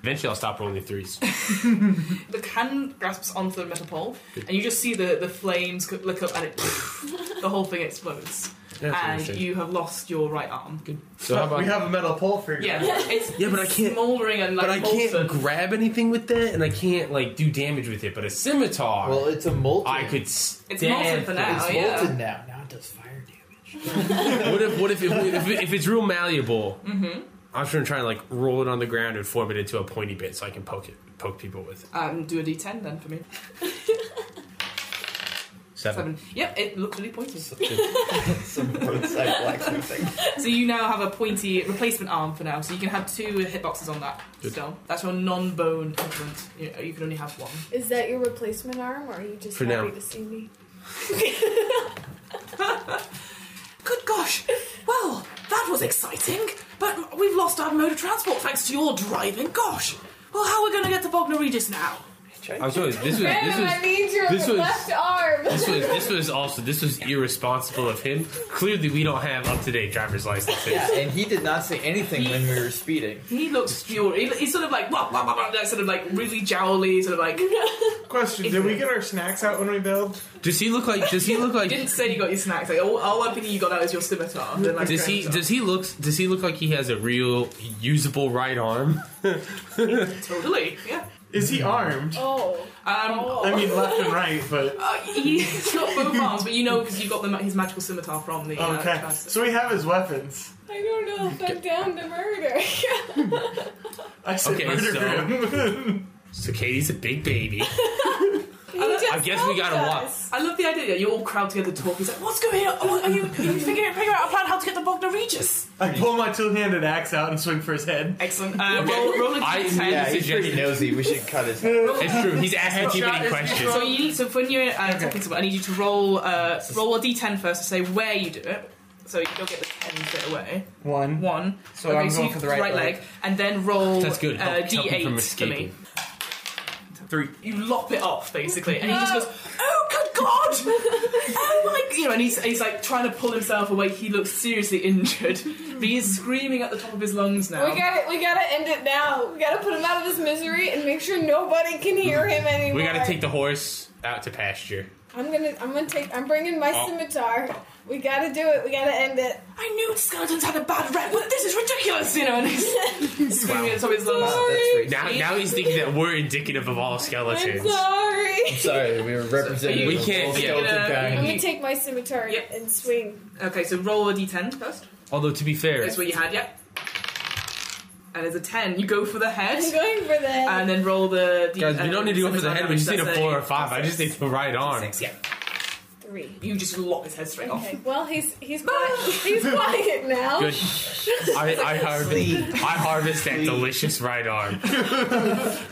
S3: Eventually, I'll stop rolling the threes.
S1: The hand grasps onto the metal pole, and you just see the the flames co- lick up, and it the whole thing explodes, and
S3: interesting.
S1: you have lost your right arm.
S3: So how about?
S6: we have a metal pole for you.
S1: Yeah, it's
S3: Yeah, but I can't-
S1: smoldering and like
S3: but I can't
S1: molten.
S3: grab anything with that, and I can't like do damage with it. But a scimitar,
S5: Well, it's a molten.
S3: I could.
S1: It's molten for now.
S5: It's
S1: Oh, yeah.
S5: molten now. Now it does fire damage.
S3: What if? What if? If, if, if it's real malleable,
S1: Mm-hmm.
S3: I'm just gonna try and like roll it on the ground and form it into a pointy bit, so I can poke it, poke people with it.
S1: Um, do a d10 then for me. Seven.
S3: Seven.
S1: Yep, it looks really pointy.
S5: Some roadside blacksmith thing.
S1: So you now have a pointy replacement arm for now, so you can have two hitboxes on that
S3: Good.
S1: still. That's your non-bone equivalent. You, you can only have one.
S4: Is that your replacement arm, or are you just
S3: For
S4: happy
S3: now.
S4: to see me?
S1: Good gosh! Well, that was exciting, but we've lost our mode of transport thanks to your driving. Gosh! Well, how are we going to get to Bognor Regis now?
S3: I'm sorry. This was. This
S4: Brandon, I
S3: was.
S4: need your
S3: this was-
S4: left arm.
S3: This was this was also this was irresponsible of him. Clearly, we don't have up to date driver's licenses.
S5: Yeah, and he did not say anything when we were speeding.
S1: He looks furious. He- He's sort of like, wah, wah, wah, wah, like, sort of like really jowly, sort of like.
S6: Question: Did we get our snacks out when we bailed?
S3: Does he look like? Does he look like?
S1: Didn't say you got your snacks. Like, all, all I'm thinking you got out is your scimitar. Then, like,
S3: Does he? Does he looks? Does he look like he has a real usable right arm?
S1: totally? Yeah.
S6: Is he armed?
S4: Oh,
S1: Um,
S6: I mean, left and right, but
S1: Uh, he- it's not both arms, but you know because you got the, ma- his magical scimitar from the. Uh,
S6: Oh, okay.
S1: class.
S6: So we have his weapons.
S4: I don't know if I'm down to murder.
S6: I said
S3: Okay,
S6: murder
S3: so-
S6: him.
S3: So Katie's a big baby. I
S4: I
S3: guess we gotta walk.
S1: I love the idea that you all crowd together talking. It's like, what's going on? Oh, are you, are you figuring, figuring out a plan how to get the Bogner Regis?
S6: I pull my two-handed axe out and swing for his head.
S1: Excellent. Uh, roll, roll a
S3: Um, I-
S1: d10.
S3: yeah,
S5: he's pretty nosy. We should cut his
S3: It's true. He's asking too many questions.
S1: So you need so when you're uh, talking to someone, I need you to roll uh, roll a d10 first to say where you do it. So you don't get the ten straight away.
S6: One.
S1: One.
S6: So I'm going
S1: you-
S6: for the right leg.
S1: and then roll
S3: That's good.
S1: uh,
S3: Help- help him
S1: d8
S3: from
S1: for me.
S3: escaping.
S6: Three.
S1: you lop it off basically, and he just goes, "Oh good god, oh my!" You know, and he's, he's like trying to pull himself away. He looks seriously injured, but he is screaming at the top of his lungs now.
S3: Um,
S4: We gotta, we gotta end it now. We gotta put him out of his misery and make sure nobody can hear him anymore.
S3: We gotta take the horse out to pasture.
S4: I'm gonna, I'm gonna take. I'm bringing my
S3: Oh.
S4: scimitar. We gotta do it. We gotta end it.
S1: I knew skeletons had a bad rep, but this is ridiculous, you know. And he's screaming at the top of his lungs.
S5: That's
S3: Now, now he's thinking that we're indicative of all skeletons.
S4: I'm sorry.
S5: Sorry, we were representing.
S3: We
S5: the
S3: can't-
S5: whole
S3: yeah.
S5: skeleton
S1: Yeah.
S4: I'm
S5: kind.
S4: gonna take my scimitar
S1: Yep.
S4: and swing.
S1: Okay, so roll a d10 first.
S3: Although to be fair,
S1: That's what you had, yep. And there's a 10. You go for the
S4: I'm
S1: head,
S4: going for that.
S1: and then roll the. the
S3: guys, we
S1: uh,
S3: don't need to go for the
S1: scimitar
S3: head. We just need
S1: damage.
S3: a
S1: That's
S3: four or five. I just need the right arm.
S1: Six, yeah.
S4: Three. three.
S1: You just lock his head straight off.
S4: Okay. Well, he's he's quiet. he's quiet now.
S3: Oh. Good. I, I, harvest, I harvest that delicious right arm.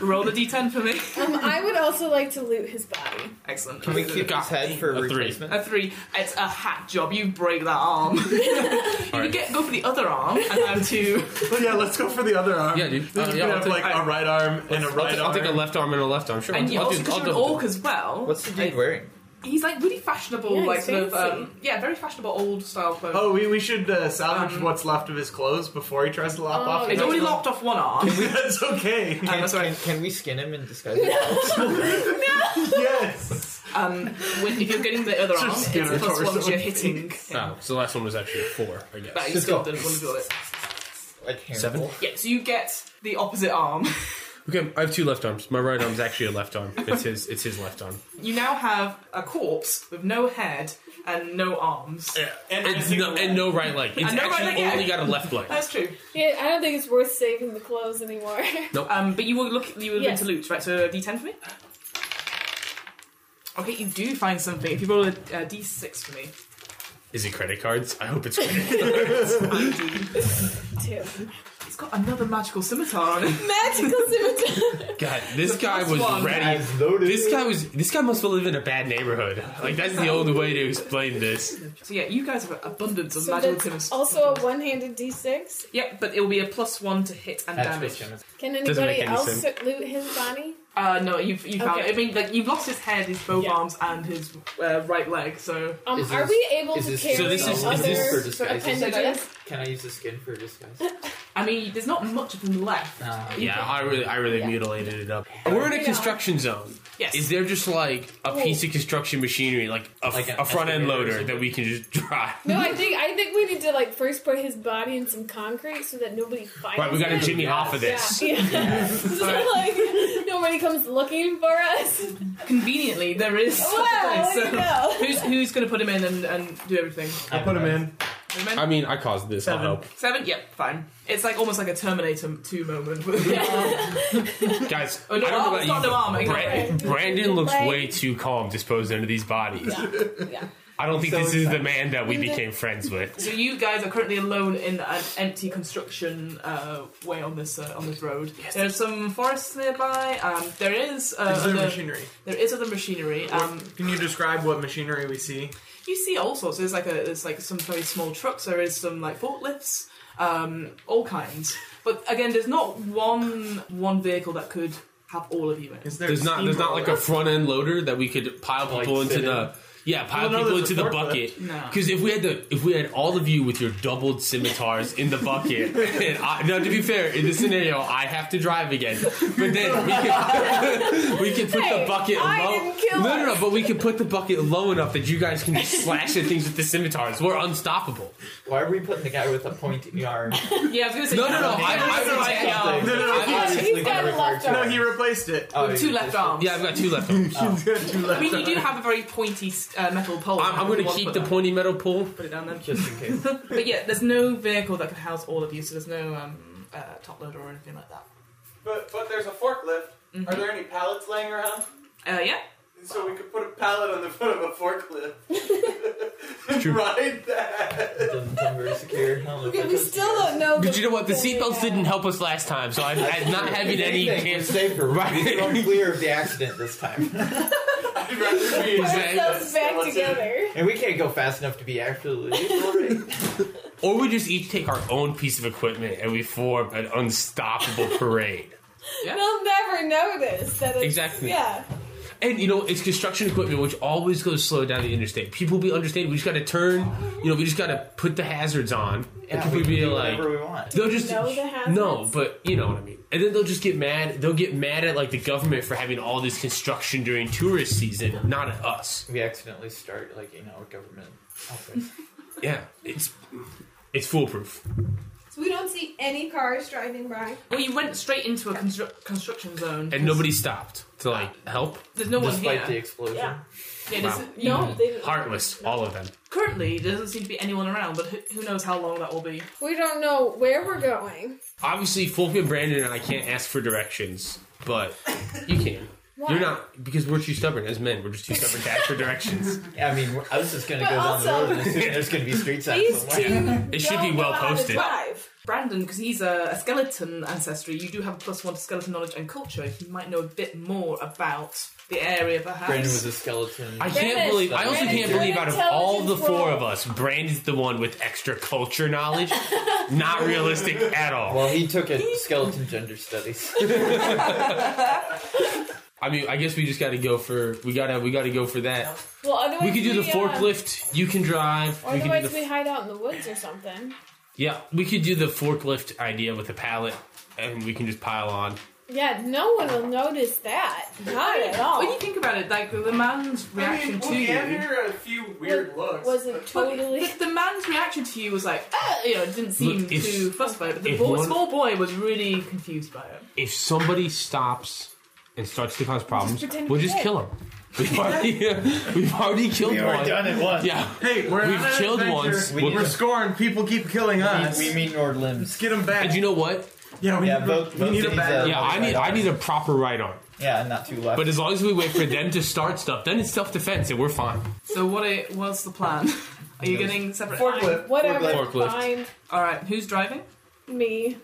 S1: Roll the d10 for me.
S4: Um, I would also like to loot his body.
S1: Excellent.
S5: Can we keep
S3: God
S5: his head for
S3: damn, a three.
S5: replacement?
S1: A three. It's a hat job. You break that arm. you can get go for the other arm and have two.
S6: But yeah, let's go for the other arm.
S3: Yeah, dude. Uh,
S6: We
S3: yeah, I'll
S6: have
S3: take-
S6: like
S1: alright.
S6: a right arm and a
S3: I'll,
S6: right
S3: take, I'll
S6: arm.
S3: take a left arm and a left arm. Sure.
S1: And you
S3: I'll
S1: also
S3: do,
S1: because
S3: I'll
S1: you're an
S3: do
S1: orc as well.
S5: What's the dude
S1: like,
S5: wearing?
S1: He's like really fashionable,
S4: Yeah, he's
S1: like sort of
S4: fancy.
S1: um, yeah, very fashionable old style clothes.
S6: Oh, we, we should uh, salvage
S1: Um,
S6: what's left of his clothes before he tries to lop
S4: Oh,
S6: off. the
S1: it's
S4: yeah.
S1: already
S6: rest of them.
S1: lopped off one arm.
S6: That's okay.
S3: Uh,
S1: Um,
S5: Can,
S1: sorry.
S5: can, can we skin him and disguise him?
S6: yes.
S1: Um, when, if you're getting the other
S6: Just
S1: arm, it's
S6: skin or
S1: plus one
S6: torso.
S1: to your hitting.
S3: Oh, so the last one was actually a four, I guess.
S1: That you
S5: Just
S1: still
S5: go.
S1: didn't want to do it.
S5: Like Hannibal.
S3: Seven?
S1: Yeah, so you get the opposite arm.
S3: Okay, I have two left arms. My right arm's actually a left arm. It's his. It's his left arm.
S1: You now have a corpse with no head and no arms.
S6: And,
S3: It's no, and no right leg. It's
S1: And no right
S3: actually
S1: leg, yeah.
S3: only got a left leg.
S1: That's true.
S4: Yeah, I don't think it's worth saving the clothes anymore.
S1: Um, but you were look. You were
S4: Yes.
S1: into loot, right? So a D10 for me. Okay, you do find something. If you roll a, a D6 for me,
S3: Is it credit cards? I hope it's credit.
S4: Two.
S1: it's got another magical scimitar on it.
S4: Magical scimitar.
S3: God, this
S1: The
S3: guy
S1: first
S3: was
S1: one.
S3: ready. This guy was. This guy must live in a bad neighborhood. Like that's the only way to explain this.
S1: So yeah, you guys have an abundance of
S4: So
S1: magical
S4: that's
S1: scimitars.
S4: also a one-handed D6.
S1: Yep, but it'll be a plus one to hit and
S5: That's
S1: damage.
S4: Can
S3: Doesn't make
S4: anybody
S3: any
S4: else
S3: sense.
S4: loot his body?
S1: Uh, no, you've you found.
S4: Okay.
S1: I mean, like you've lost his head, his both
S4: Yeah.
S1: arms, and his uh, right leg. So
S4: Um,
S5: Is
S4: are
S5: this-
S4: we able
S5: is
S4: to
S5: this-
S4: carry
S3: So this is- is
S4: other
S3: this for
S5: disguises?
S4: appendages?
S5: Can I use the skin for disguise?
S1: I mean, there's not much of him left.
S5: Uh,
S3: Yeah, I really, I really mutilated it up. We're in a construction zone.
S1: Yes.
S3: Is there just like a
S4: Oh.
S3: piece of construction machinery, like a,
S5: Like an
S3: a front end
S5: excavator or
S3: loader that
S5: something?
S3: we can just drive?
S4: No, I think I think we need to like first put his body in some concrete so that nobody finds.
S3: Right, we got to
S4: it.
S3: Jimmy off of
S4: Yeah,
S3: this.
S4: yeah. so like nobody comes looking for us.
S1: Conveniently, there is. such a
S4: Wow,
S1: thing,
S4: look
S1: so-
S4: at that.
S1: Who's who's going to put him in and, and do everything?
S6: I put him in.
S1: Everyone?
S3: I mean, I caused this.
S6: Seven.
S3: I'll help,
S1: Seven. Yep, fine. It's like almost like a Terminator Two moment.
S3: guys.
S1: Oh, no,
S3: I don't know
S1: arms, not
S3: about you.
S1: no arm.
S3: Bra-
S1: Okay.
S3: Brandon looks
S4: Like-
S3: way too calm disposed under these bodies.
S4: yeah.
S3: I don't think
S5: So
S3: this is the man that we became friends with.
S1: So you guys are currently alone in an empty construction uh, way on this uh, on this road. There's some forests nearby. Um, there is uh,
S6: Is there
S1: other-
S6: machinery?
S1: There is other machinery. Um,
S6: Can you describe what machinery we see?
S1: you see all sorts. There's like a there's like some very small trucks. There is some like forklifts, um, all kinds. But again, there's not one one vehicle that could have all of you in. it.
S6: Is there
S3: There's not there's not like a
S6: steamroller?
S3: front end loader that we could pile
S5: Like
S3: people into
S5: sit
S3: the yeah pile
S6: Well, no,
S3: people
S6: there's
S3: into
S6: a
S3: the
S6: forklift.
S3: bucket.
S1: No.
S3: Because if we had the if we had all of you with your doubled scimitars in the bucket, and I, now to be fair, in this scenario, I have to drive again. But then we could, we could put
S4: Hey,
S3: the bucket
S4: I
S3: low.
S4: didn't kill
S3: no, no, no.
S4: us.
S3: But we could put the bucket low enough that you guys can just slash at things with the scimitars. We're unstoppable.
S5: Why are we putting the guy with a pointy arm?
S1: Yeah, I was gonna say
S3: No, no, no. I, I,
S1: Yeah,
S3: I,
S1: yeah.
S5: Something.
S6: No, no, no,
S5: I've
S4: he's-
S5: obviously
S4: he's got a
S5: referred
S4: left
S5: to
S4: arm.
S6: No,
S5: him.
S6: he replaced it.
S5: Oh,
S1: With
S5: he
S1: two left
S5: just-
S1: arms.
S3: yeah, I've got two left. arms.
S6: He's got two
S1: I
S6: left.
S1: mean, you do have a very pointy uh, metal pole.
S3: I'm, I'm going
S1: You
S3: to
S1: want
S3: keep
S1: put
S3: the
S1: that-
S3: pointy metal pole.
S1: Put it down then.
S5: Just in case.
S1: But yeah, there's no vehicle that could house all of you, so there's no um, uh, top loader or anything like that.
S6: But but there's a forklift.
S3: Mm-hmm.
S6: Are there any pallets laying around?
S1: Uh, yeah,
S6: So we could put a pallet on the foot of a forklift.
S3: True.
S6: Ride that.
S5: Doesn't sound very secure. I don't know if
S4: Okay,
S5: that
S4: we
S5: does
S4: still
S5: secure.
S4: don't know.
S3: But you know what? The
S4: Yeah.
S3: seatbelts didn't help us last time, so I'm, I'm not having any.
S5: Anything, we're
S3: Chance.
S5: safer.
S3: Right.
S5: We're going clear of the accident this time.
S6: I'd rather be
S4: Put
S3: Exactly.
S4: ourselves back together.
S5: And we can't go fast enough to be actually alright.
S3: Or we just each take our own piece of equipment and we form an unstoppable parade.
S4: They'll never notice that. It's,
S3: Exactly.
S4: Yeah.
S3: And you know, it's construction equipment, which always goes slow down the interstate. People be understanding. We just got to turn. You know, we just got to put the hazards on, and
S5: Yeah,
S3: people
S5: we can
S3: be
S5: do
S3: like,
S5: whatever we want.
S3: they'll just
S4: know the hazards?
S3: no, but you know what I mean. And then they'll just get mad. They'll get mad at like the government for having all this construction during tourist season, not at us.
S5: We accidentally start like you know a government. outbreak.
S3: Yeah, it's it's foolproof.
S4: So we don't see any cars driving by.
S1: well, you went straight into a constru- construction zone,
S3: And nobody stopped to like help.
S1: There's no one
S5: Despite the
S1: here.
S5: explosion.
S4: Yeah.
S1: Yeah, there's-
S3: Wow.
S1: you-
S4: No, they,
S3: Heartless, all of them.
S1: Currently, there doesn't seem to be anyone around, but who, who knows how long that will be.
S4: we don't know where we're going.
S3: Obviously, Fulk and Brandon and I can't ask for directions, but you can.
S4: Why?
S3: You're not because we're too stubborn as men. We're just too stubborn to ask for directions.
S5: Yeah, I mean, I was just gonna
S9: But
S5: go down
S9: also-
S5: the road and assume there's gonna be street signs
S9: These
S5: somewhere.
S9: two.
S3: It should be
S9: don't
S3: well
S9: know how to
S3: posted.
S9: drive.
S1: Brandon, because he's a, a skeleton ancestry, you do have a plus one to skeleton knowledge and culture. He might know a bit more about the area, perhaps.
S5: Brandon was a skeleton.
S3: I
S9: Brandon-
S3: can't believe. I also
S5: Brandon,
S3: can't
S5: you're
S3: believe
S9: an
S3: out of all the
S9: intelligence
S3: four
S9: roll.
S3: of us, Brandon's the one with extra culture knowledge. Not realistic at all.
S5: well, he took a skeleton gender studies.
S3: I mean, I guess we just got to go for we gotta we gotta go for that.
S4: Well, otherwise
S3: We could do the
S4: uh,
S3: forklift. You can drive.
S4: or
S3: We could do
S4: otherwise,
S3: the
S4: we hide out in the woods or something.
S3: yeah. We could do the forklift idea with the pallet, and we can just pile on.
S4: Yeah, no one will notice that. Not at
S1: When you
S4: all.
S1: think about it, like the man's reaction to
S6: we
S1: you.
S6: gave her a few weird looks.
S4: Wasn't
S1: But the-
S4: totally.
S1: the, man's reaction to you was like, ah, you know, it didn't seem
S3: Look, if-
S1: too fussed by it. But the
S3: if
S1: boy,
S3: one-
S1: small boy was really confused by it.
S3: If somebody stops and starts to cause problems,
S4: pretend
S3: we'll
S4: we
S3: just
S4: did.
S3: kill them. We've already we've already killed one.
S5: it once.
S3: Yeah.
S6: Hey, we're
S3: We've
S6: on an
S3: killed
S6: adventure.
S3: once.
S6: We-
S3: We'll-
S6: We're scoring. People keep killing us.
S5: We mean Nord limbs.
S6: Let's get them back.
S3: And you know what?
S6: yeah, we
S5: Yeah,
S6: need,
S5: vote-
S6: we
S5: vote
S6: need a
S5: these,
S6: bad.
S5: uh,
S3: Yeah, I need I need a proper right arm.
S5: Yeah, not too left.
S3: But as long as we wait for them to start stuff, then it's self defense and we're fine.
S1: So what it, what's the plan? Are you getting separate?
S6: Forklift.
S4: Whatever.
S3: Forklift.
S4: Fine.
S1: All right, who's driving?
S4: Me.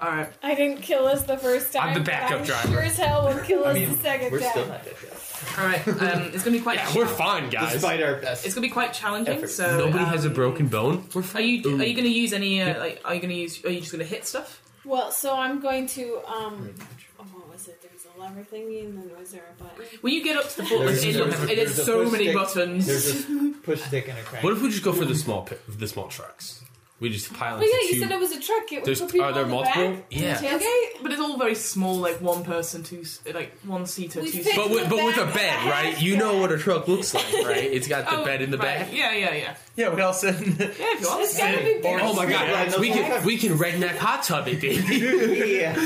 S1: All right,
S4: I didn't kill us the first time.
S3: I'm the
S4: but
S3: backup
S4: I'm
S3: driver.
S4: Sure as hell will kill us
S5: mean,
S4: the second
S5: We're
S4: time.
S5: still not dead yet.
S1: all right. Um, it's gonna be quite.
S3: Yeah, we're fine, guys.
S5: Despite our best.
S1: It's gonna be quite challenging.
S5: Effort.
S1: So
S3: Nobody has a
S1: um,
S3: broken bone. We're
S1: Are
S3: fine.
S1: you are you gonna use any? Uh, like, are you gonna use? Are you just gonna hit stuff?
S4: Well, so I'm going to um. oh, What was it? There was a lever thingy, and then was there a button?
S1: When you get up to the button,
S5: There's-
S1: it looks.
S5: there's-
S1: It
S5: there's a
S1: has so
S5: push
S1: many
S5: stick.
S1: buttons.
S5: There's a push stick and a crank.
S3: What if we just go for the small pit, the small trucks? We just pile
S4: Well,
S3: into
S4: yeah, you
S3: two.
S4: said it was a truck. It was
S3: There's
S4: for people
S3: are there
S4: in the
S3: multiple?
S4: back.
S3: Yeah.
S4: Tailgate.
S1: But it's all very small, like one person, two, s- like one seater,
S4: We
S1: two.
S4: fit-
S1: seater.
S3: But with, but with a bed, right? You know what a truck looks like, right? It's got the
S1: Oh,
S3: bed in the
S1: right.
S3: back.
S1: Yeah, yeah, yeah.
S6: Yeah, we all sit. In the,
S1: Yeah, if you want.
S4: It's gotta be big.
S3: Oh my
S5: Yeah,
S3: god, we can we can redneck hot tub it, baby.
S5: yeah.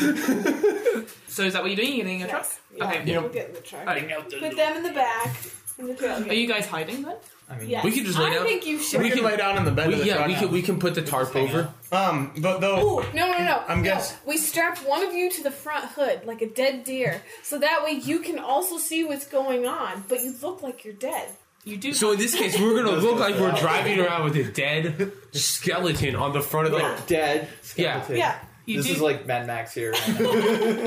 S1: So is that what you're doing? You're getting a truck?
S4: Yes. Yeah,
S1: Okay.
S4: We'll get in the truck.
S1: Alright.
S4: Put them in the back. In the tailgate.
S1: Are you guys hiding then?
S5: I mean,
S4: Yes.
S3: We could just lay
S4: I
S3: down-
S4: think you should.
S6: we, can lay down on the bed. of
S3: We,
S6: the
S3: yeah,
S6: truck
S3: we
S6: now.
S3: can we can put the tarp over.
S6: Um, but though,
S4: Ooh, no, no, no.
S6: I'm
S4: no.
S6: guess-
S4: We strap one of you to the front hood like a dead deer, so that way you can also see what's going on, but you look like you're dead.
S1: You do.
S3: So in this case, we're gonna look like we're driving around with a dead skeleton on the front of the.
S5: Like dead. Skeleton.
S4: Yeah.
S1: you
S5: This
S1: do,
S5: is like Mad Max here.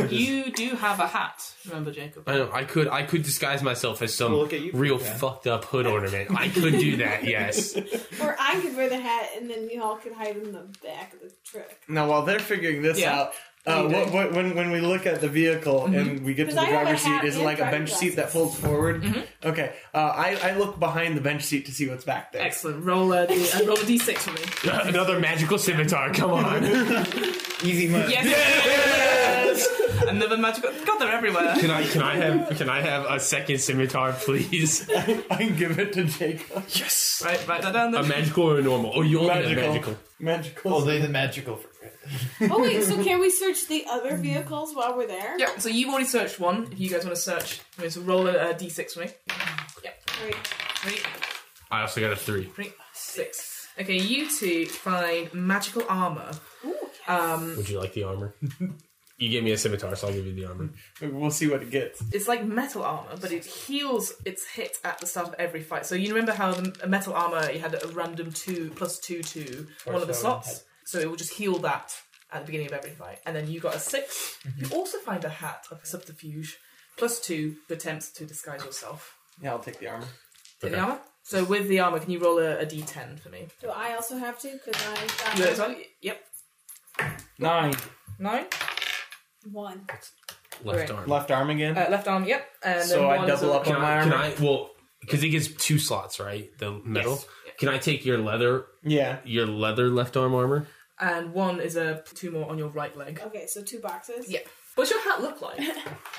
S1: you do have a hat. Remember, Jacob.
S3: I know I could I could disguise myself as some
S5: Well, look at you,
S3: real
S5: yeah.
S3: fucked up hood ornament. I could do that. Yes.
S4: Or I could wear the hat, and then you all could hide in the back of the truck.
S6: now while they're figuring this
S1: Yeah.
S6: out.
S1: What are
S6: Uh,
S1: you Mm-hmm.
S6: what, what, when when we look at the vehicle and we get to
S4: 'Cause
S6: the
S4: I have a
S6: driver's
S4: hat
S6: seat, is it
S4: and
S6: like a
S4: driver's
S6: bench seat that
S4: glasses.
S6: folds forward?
S1: Mm-hmm.
S6: Okay, uh, I, I look behind the bench seat to see what's back there.
S1: Excellent. Roll a, D, uh, roll a d6 for me.
S3: Another magical scimitar. Come on.
S5: Easy money.
S1: Yes. Another magical. God, they're everywhere.
S3: Can I can I have can I have a second scimitar, please?
S6: I can give it to Jacob.
S3: Yes.
S1: Right, write that down.
S3: A
S1: Then.
S3: magical or a normal? Oh, you only magical.
S6: Magical.
S3: magical.
S6: Magical.
S5: Only the magical. For-
S4: Oh wait, so can we search the other vehicles while we're there?
S1: Yeah. So you've already searched one. If you guys want to search, I'm going to roll a, a d6 for me.
S4: Wait,
S1: Three,
S3: I also got a three.
S1: three, six. Okay, you two find magical armor. Um,
S3: Would you like the armor? you gave me a scimitar, so I'll give you the armor.
S6: We'll see what it gets.
S1: it's like metal armor, but it heals its hit at the start of every fight. So you remember how the metal armor you had a random two plus two to one of the
S5: so
S1: slots, so it will just heal that at the beginning of every fight. And then you got a 6
S6: Mm-hmm.
S1: You also find a hat of subterfuge, plus two for attempts to disguise yourself.
S6: Yeah, I'll take the armor.
S1: Take
S3: Okay.
S1: The armor. So with the armor, can you roll a a d10 for me?
S4: do I also have to? Because I
S1: You
S4: got
S1: as well? Yep.
S6: Nine.
S1: Nine.
S4: one.
S3: Left
S1: Right.
S3: arm.
S6: Left arm again.
S1: Uh, left arm. Yep. And
S6: So
S1: then
S6: I
S1: one
S6: double
S1: is a-
S6: up
S3: Can
S6: on
S3: I,
S6: my
S3: can
S6: armor.
S3: I? Well, because it gives two slots, right? The metal. Can I take your leather,
S6: yeah.
S3: your leather left arm armor?
S1: and one is a two more on your right leg.
S4: Okay, so two boxes.
S1: Yeah. What's your hat look like?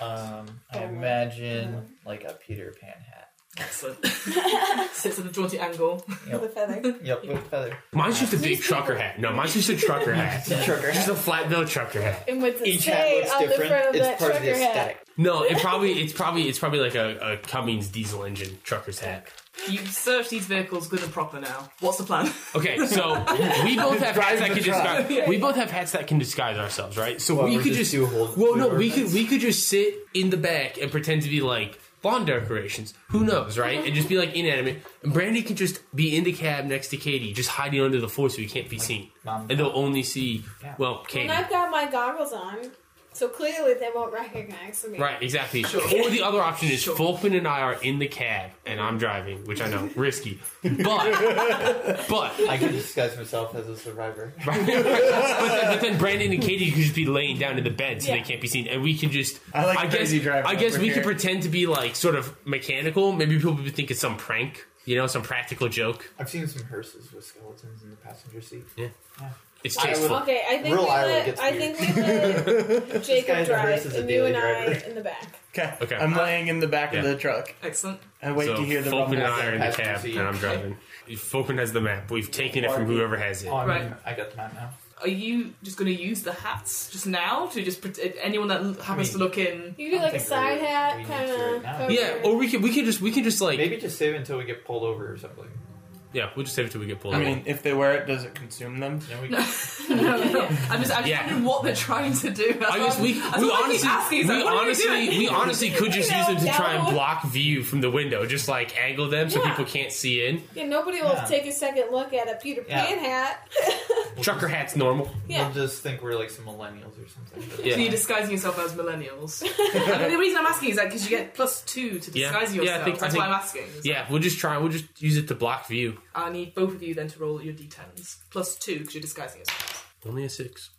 S5: um, I imagine like a Peter Pan hat.
S1: Excellent. Sits at a jaunty angle.
S4: For the feather.
S5: Yep, with a feather.
S3: Mine's just a big
S4: Newspaper.
S3: trucker hat. No, mine's just a trucker hat.
S5: Trucker
S3: Just
S5: hat.
S3: a flat bill trucker hat.
S4: And what's it
S5: Each hat
S4: say
S5: looks
S4: on the
S5: different.
S4: front of
S5: It's
S4: that
S5: part of the
S4: trucker hat?
S5: aesthetic.
S3: No, it probably it's probably it's probably like a, a Cummins diesel engine trucker's hat.
S1: You've searched these vehicles good and proper now. What's the plan?
S3: Okay, so we both have hats
S6: Drive
S3: that
S6: the
S3: can
S6: truck.
S3: disguise. We both have hats that can disguise ourselves, right? So we
S10: we're
S3: could
S10: just
S3: just,
S10: do a whole-
S3: well, no,
S10: do
S3: we
S10: our
S3: could
S10: hats.
S3: we could just sit in the back and pretend to be like lawn decorations. Who knows, right? And just be like inanimate. And Brandy can just be in the cab next to Katie, just hiding under the floor so we can't be seen,
S5: mom.
S3: and they'll only see well Katie.
S4: And I've got my goggles on, so clearly they won't recognize me.
S3: Right, exactly. Or the other option is Fulfin and I are in the cab and I'm driving, which I know risky, but but
S5: I could disguise myself as a survivor.
S3: Right? but, then, but then Brandon and Katie could just be laying down in the bed so
S4: Yeah.
S3: they can't be seen, and we can just.
S6: I like Crazy
S3: guess,
S6: Driver
S3: I guess
S6: over
S3: we
S6: here.
S3: could pretend to be like sort of mechanical. Maybe people would think it's some prank, you know, some practical joke.
S5: I've seen some hearses with skeletons in the passenger seat.
S3: It's
S5: I would-
S3: tasteful.
S4: Okay, I think
S5: Real
S4: we
S5: Iowa
S4: let,
S5: gets
S4: I
S5: weird.
S4: think we let Jacob
S5: guy's
S4: drive
S5: reverse is a
S4: and you and
S5: daily
S4: I
S5: driver.
S4: in the back.
S6: Okay.
S3: Okay.
S6: I'm laying in the back of
S3: Yeah.
S6: the truck.
S1: Excellent.
S6: I wait
S3: so
S6: to hear the
S3: Fulpin
S6: rumble.
S3: and I are in the
S5: Passenger
S3: cab
S5: seat.
S3: and I'm driving. Fulpin has the map. We've taken it from whoever has it.
S5: Oh, I, mean,
S1: Right.
S5: I got the map now.
S1: Are you just going to use the hats just now to just pret anyone that l- happens to
S5: mean-
S1: look in?
S4: You do like a
S5: think
S4: side
S5: we-
S4: hat
S5: we need
S4: kind
S5: to right now.
S4: of.
S3: Yeah, or we could we could just we could just like
S5: Maybe just save until we get pulled over or something.
S3: yeah we'll just save it till we get pulled.
S6: I
S3: over.
S6: mean, if they wear it, does it consume them?
S5: Then we
S1: No, no, no. I'm just, I'm just
S3: Yeah.
S1: wondering what they're trying to do. That's
S3: I guess
S1: all-
S3: we we
S1: that's all I keep
S3: honestly
S1: asking, is
S3: we
S1: like, what are you
S3: honestly
S1: doing?
S3: we honestly could just
S4: You
S3: use them
S4: know,
S3: to try
S4: download-
S3: and block view from the window, just like angle them so
S4: Yeah.
S3: people can't see in.
S4: Yeah, nobody will
S5: Yeah.
S4: take a second look at a Peter
S5: Yeah.
S4: Pan hat.
S3: Trucker hat's normal.
S4: yeah.
S5: They'll just think we're like some millennials or something.
S3: Yeah.
S1: So you're disguising yourself as millennials. I mean, the reason I'm asking is that because you get plus two to
S3: Yeah.
S1: disguise
S3: Yeah, I
S1: yourself.
S3: think- I
S1: That's
S3: think-
S1: why I'm asking. is
S3: Yeah, we'll just try. We'll just use it to block view.
S1: I need both of you then to roll your d10s plus two because you're disguising yourselves.
S3: Only a six.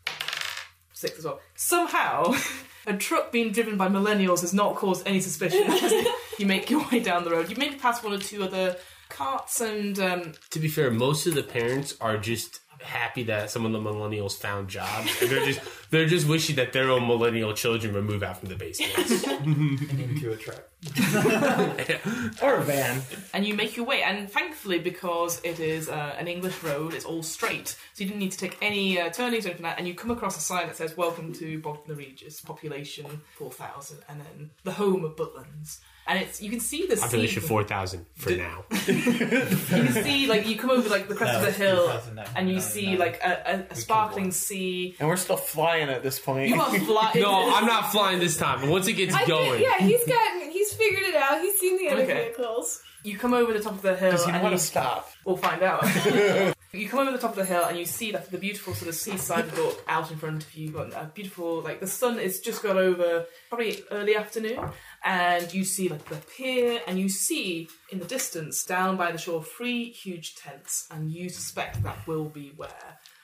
S1: Six as well. Somehow, a truck being driven by millennials has not caused any suspicion. as you make your way down the road. You make it past one or two other carts and um,
S3: To be fair, most of the parents are just happy that some of the millennials found jobs. And they're just they're just wishing that their own millennial children would move out from the basement.
S5: into a truck.
S6: Or a van.
S1: and you make your way. And thankfully, because it is uh, an English road, it's all straight, so you didn't need to take any uh, turnings or anything like that. And you come across a sign that says "Welcome to Bogdan the Regis, population 4,000," and then the home of Butlands. And it's you can see the
S3: Population
S1: sea-
S3: four thousand for now.
S1: You can see like you come over like the crest
S5: No,
S1: of the
S5: it's
S1: hill,
S5: 2009.
S1: and you
S5: No,
S1: see
S5: no.
S1: like a, a, a sparkling
S5: one.
S1: sea.
S6: And we're still flying at this point.
S1: You are flying.
S3: No, I'm not flying this time. Once it gets
S4: I
S3: going,
S4: think, yeah, he's gotten, he's figured it out. He's seen the other
S1: Okay.
S4: vehicles.
S1: You come over the top of the hill.
S6: Does he
S1: and
S6: want
S1: you
S6: to stop?
S1: We'll find out. you come over the top of the hill and you see like the beautiful sort of seaside look out in front of you. Got a beautiful like the sun is just got over probably early afternoon, and you see like the pier and you see in the distance down by the shore three huge tents, and you suspect that will be where.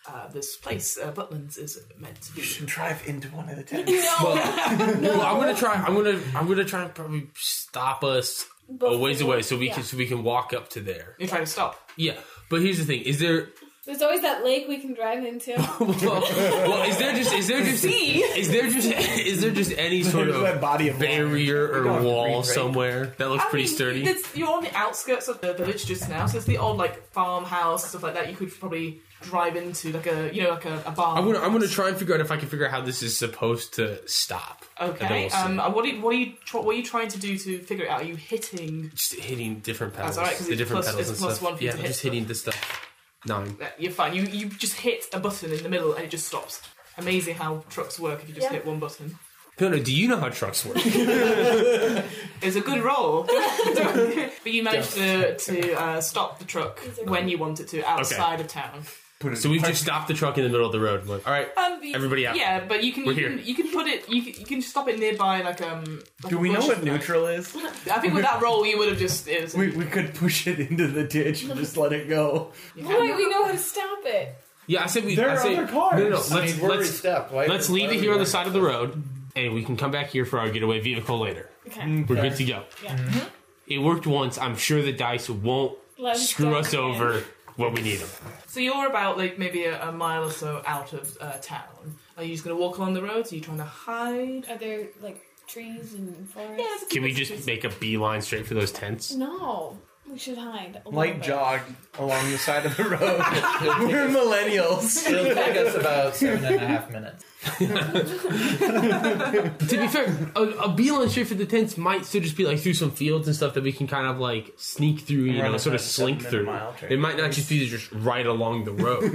S1: Uh, this place, uh, Butlands, is meant to be.
S6: You should drive into one of the tents.
S3: Well, I'm gonna try. I'm gonna. I'm gonna try and probably stop us a ways away so we
S4: yeah.
S3: can so we can walk up to there.
S1: You're trying to stop.
S3: Yeah, but here's the thing: is there?
S4: There's always that lake we can drive into.
S3: Well, well, is there just? Is there just? Is there just? Is there just any sort
S6: There's that
S3: of
S6: body of
S3: barrier or
S5: got
S3: wall
S5: green, right?
S3: somewhere that looks
S1: I
S3: pretty
S1: mean,
S3: sturdy?
S1: it's- You're on the outskirts of the village just now, so it's the old like farmhouse stuff like that. You could probably drive into like a you know like a, a barn.
S3: I'm gonna. I'm gonna try and figure out if I can figure out how this is supposed to stop. And then
S1: Okay.
S3: we'll see.
S1: Um, uh, what are you, what are you tr- what are you trying to do to figure it out? Are you hitting?
S3: just hitting different pedals.
S1: alright, 'cause
S3: the
S1: it's
S3: different
S1: plus-
S3: pedals
S1: it's
S3: and
S1: plus
S3: stuff.
S1: one for you
S3: yeah,
S1: to
S3: I'm
S1: hit
S3: just hitting the stuff. Nine.
S1: that- You're fine. You you just hit a button in the middle and it just stops. Amazing how trucks work if you just
S4: Yeah.
S1: hit one button.
S3: Fiona, do you know how trucks work?
S1: It's a good roll, but you managed to to uh, stop the truck when you want it to outside of town.
S3: so we've just stopped the truck in the middle of the road. and like, all right,
S1: Um, you-
S3: Everybody out.
S1: Yeah, but you can
S3: We're
S1: you can,
S3: here.
S1: you can put it you can, you can stop it nearby like um. Like
S6: Do
S1: a
S6: we know
S1: bush
S6: what
S1: or something.
S6: neutral is?
S1: I think with that roll you would have just. It was,
S6: We, we could push it into the ditch and just let it go.
S4: Boy, we know how to stop it.
S3: Yeah, I said we.
S6: There
S3: I
S6: are
S3: said,
S6: other cars.
S3: No, no, no.
S6: I
S3: Let's
S5: I mean, we're
S3: let's,
S5: step. Why,
S3: let's
S5: why
S3: leave
S5: are
S3: it
S5: we
S3: here on the
S5: worried?
S3: side of the road, and we can come back here for our getaway vehicle later.
S4: Okay.
S3: We're good to go.
S1: Mm-hmm.
S3: It worked once. I'm sure the dice won't
S4: Let us
S3: screw
S4: go
S3: us
S4: again.
S3: over when we need them.
S1: so you're about like maybe a, a mile or so out of uh, town. Are you just gonna walk along the road? Are you trying to hide?
S4: Are there like trees and forests?
S3: Can we just make a beeline straight for those tents?
S4: No, we should hide. a little
S6: Light
S4: bit.
S6: jog along the side of the road. We're millennials.
S5: It'll take us about seven and a half minutes.
S3: to be fair, a, a beeline straight for the tents might still just be like through some fields and stuff that we can kind of like sneak through, you
S6: Run
S3: know,
S6: a
S3: sort of
S6: seven
S3: slink
S6: minute
S3: through.
S6: mile trip.
S3: It might not just be just right along the road. I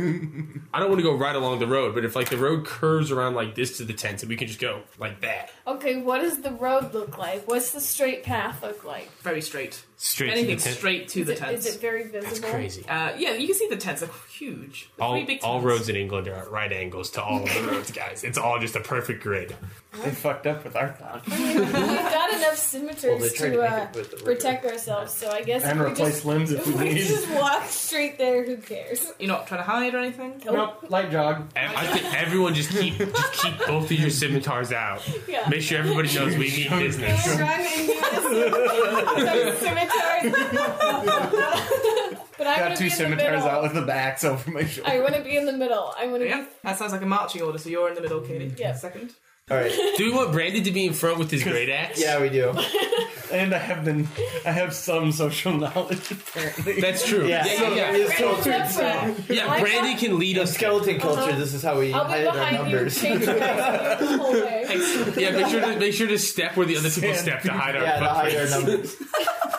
S3: don't want to go right along the road, but if like the road curves around like this to the tents, and we can just go like that
S4: Okay, what does the road look like? What's the straight path look like?
S1: Very straight.
S3: straight to
S1: Anything
S3: the tent.
S1: straight to
S4: Is
S1: the
S4: it,
S1: tents.
S4: is it very visible?
S3: It's crazy.
S1: Uh, yeah, you can see the tents are huge. The
S3: All,
S1: three big
S3: all
S1: tents.
S3: roads in England are at right angles to all of the roads, guys. It's all just a perfect grid.
S6: They fucked up with our thought.
S4: We've got enough
S10: Well, they
S4: scimitars
S10: tried
S4: to
S10: to make
S4: uh,
S10: it with the
S4: protect ourselves, so I guess
S6: And
S4: if we
S6: replace
S4: just,
S6: limbs if we
S4: if we
S6: need.
S4: just walk straight there, who cares?
S1: You're not trying to hide or anything?
S6: Nope, light jog.
S3: And I think everyone just keep just keep both of your scimitars out.
S4: Yeah.
S3: Make sure everybody knows we mean business.
S4: Run in unison with our scimitars. but I
S6: Got
S4: want to
S6: two
S4: be in the
S6: scimitars
S4: middle.
S6: out with the backs over my shoulder.
S4: I want to be in the middle. I want to
S1: Yeah, that sounds like a marching order. So you're in the middle, Katie.
S4: Yeah.
S1: Second.
S5: All right.
S3: Do we want Brandon to be in front with his great axe?
S5: Yeah, we do.
S6: And I have been, I have some social knowledge apparently.
S3: That's true.
S5: Yeah.
S3: yeah, yeah. yeah.
S5: It's
S4: be.
S5: so-
S4: That's right.
S3: Yeah, Brandon can lead
S5: in
S3: us.
S5: skeleton culture,
S4: Uh-huh.
S5: this is how we
S4: I'll be
S5: hide our
S4: behind you,
S5: numbers.
S4: change my the whole way.
S3: Yeah, make sure to make sure to step where the other people
S6: Stand.
S3: step to hide our
S5: Yeah, to hide our
S3: footprints.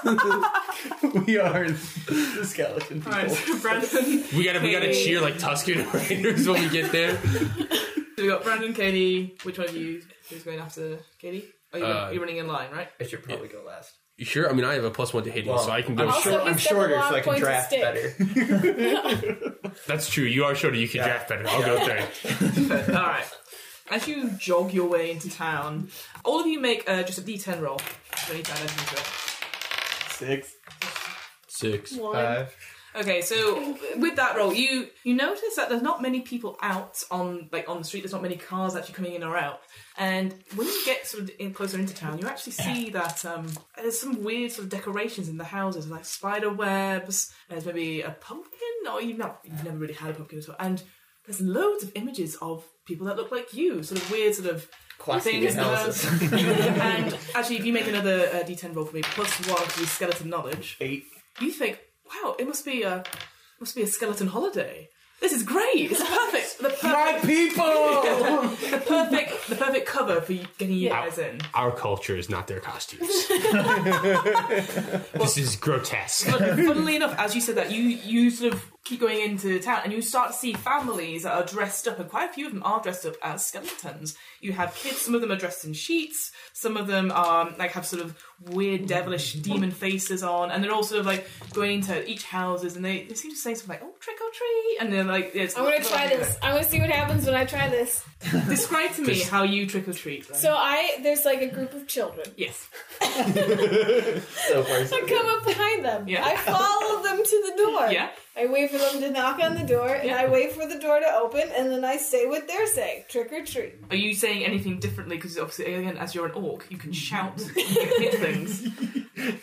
S5: numbers.
S6: we are the skeleton people.
S1: All right, so Brandon.
S3: We gotta we gotta cheer like Tuscan Raiders when we get there.
S1: So we got Brandon, Katie. Which one of you is going after Katie? Oh, you're,
S3: Uh,
S1: you're running in line, right?
S5: I should probably go last.
S3: You sure? I mean, I have a plus one to hit,
S5: Well,
S3: so I can go.
S4: Also,
S5: Short- I'm
S4: he's got the
S5: shorter,
S4: long
S5: so I can
S4: points of
S5: draft
S4: stick.
S5: better.
S3: That's true. You are shorter. You can
S5: Yeah.
S3: draft better. I'll go third.
S1: All right. As you jog your way into town, all of you make uh, just a D10 roll. for any town entrance roll.
S6: Six.
S3: Six.
S4: One.
S5: Five.
S1: Okay, so with that roll, you you notice that there's not many people out on like on the street. There's not many cars actually coming in or out. And when you get sort of in closer into town, you actually see that um, there's some weird sort of decorations in the houses, like spider webs. There's maybe a pumpkin, or you've not you've never really had a pumpkin at all. And there's loads of images of people that look like you, sort of weird, sort of
S5: Classic
S1: things that-
S5: analysis.
S1: and actually, if you make another uh, D10 roll for me, plus one to your skeleton knowledge,
S6: Eight.
S1: you think, wow, it must be a must be a skeleton holiday. This is great. It's perfect. The perfect,
S6: people!
S1: the perfect, the perfect cover for you- getting you
S4: Yeah.
S1: guys in.
S3: Our culture is not their costumes. this is grotesque.
S1: But funnily enough, as you said that, you you sort of keep going into town and you start to see families that are dressed up, and quite a few of them are dressed up as skeletons. You have kids; some of them are dressed in sheets, some of them are like have sort of weird, devilish demon faces on, and they're all sort of like going into each houses, and they, they seem to say something like "oh trick or treat," and they're like, it's
S4: I'm gonna try this. I'm gonna see what happens when I try this.
S1: Describe to me how you trick or treat. then.
S4: So I there's like a group of children.
S1: yes,
S5: so far, so
S4: I
S5: good.
S4: come up behind them.
S1: Yeah.
S4: I follow them to the door.
S1: yeah,
S4: I wait for them to knock on the door, and
S1: Yeah.
S4: I wait for the door to open, and then I say what they're saying: trick or treat.
S1: are you saying anything differently? Because obviously, again, as you're an orc, you can shout, you can hit things.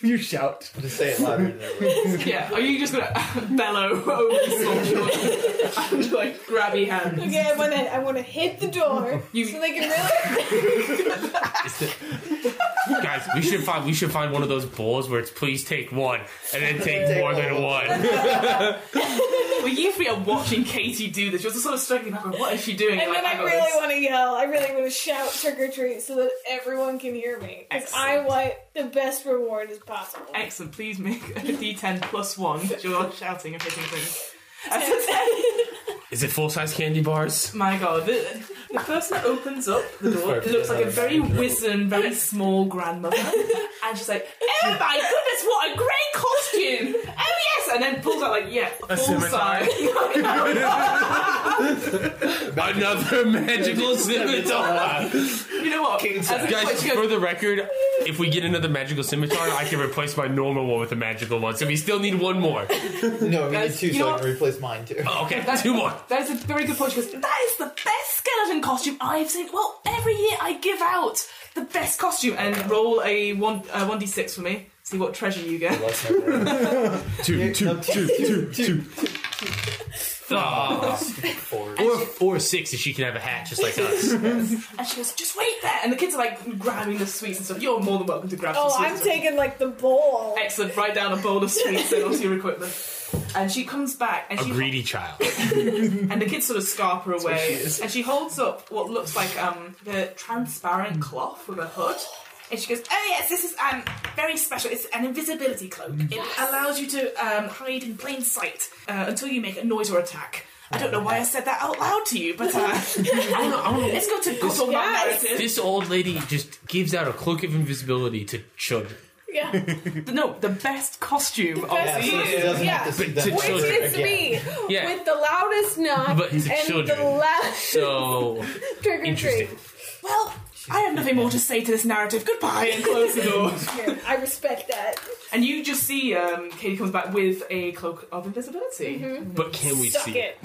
S6: You shout.
S5: Just say it louder than everyone.
S1: Yeah, are you just gonna bellow over the sword and like grabby hand?
S4: Okay, I want to. I want to hit the door
S1: You-
S4: so they can really.
S3: It's the- Guys, we should find we should find one of those bowls where it's please take one and then take
S5: Take
S3: more than
S5: all.
S3: one.
S1: Well, you three are watching Katie do this. You're just sort of struggling back. What is she doing?
S4: And
S1: Like,
S4: then I
S1: got
S4: really
S1: this.
S4: want to yell. I really want to shout trick or treat so that everyone can hear me. Because I
S1: Excellent.
S4: want the best reward as possible.
S1: Excellent. Please make a D10 plus one. that You're shouting and hitting things.
S3: Is it full size candy bars?
S1: My God, the, the person opens up the door. It looks like a very wizened, very small grandmother, and she's like, "Oh my goodness, what a great costume! Oh yes!" And then pulls out like, "Yeah, full size."
S3: Another magical scimitar.
S1: You know what? As a-
S3: Guys,
S1: she goes,
S3: for the record, if we get another magical scimitar, I can replace my normal one with a magical one. So we still need one more.
S5: No, we need
S1: Guys,
S5: two,
S1: you
S5: so
S1: know
S5: I can replace mine too.
S3: Okay, two more.
S1: That is a very good point. She goes, That is the best skeleton costume I've seen. Well, every year I give out the best costume and roll a one uh, 1d6 for me. See what treasure you get.
S5: Bless my brain.
S3: Two, two, two, two, two. Ah,
S5: Four.
S3: Or or six if she can have a hat just like us.
S1: And she goes, Just wait there. And the kids are like grabbing the sweets and stuff. You're more than welcome to grab some
S4: Oh,
S1: sweets.
S4: I'm taking like the bowl.
S1: Excellent. Write down a bowl of sweets and onto your equipment. And she comes back and
S3: A
S1: she
S3: greedy child.
S1: and the kids sort of scarper
S6: she
S1: away.
S6: is.
S1: and she holds up what looks like um the transparent cloth with a hood. And she goes, "Oh yes, this is um very special. It's an invisibility cloak. It allows you to um, hide in plain sight uh, until you make a noise or attack." I don't know why I said that out loud to you, but uh, I don't know, I don't know. let's go to good or bad narrative.
S3: This old lady just gives out a cloak of invisibility to children.
S4: Yeah.
S1: No, the best costume of the
S4: best costume.
S5: So she
S1: year.
S5: doesn't have to
S3: But
S5: see
S3: to
S5: that.
S4: Which
S3: children
S4: is me.
S3: Yeah.
S4: With the loudest knock
S3: But it's
S4: and
S3: children.
S4: the loudest
S3: So
S4: trigger
S3: interesting.
S4: tree.
S1: Well, I have nothing more to say to this narrative. Goodbye, and close the door.
S4: Here, I respect that.
S1: And you just see um, Katie comes back with a cloak of invisibility.
S3: But can we
S4: Suck
S3: see
S4: it.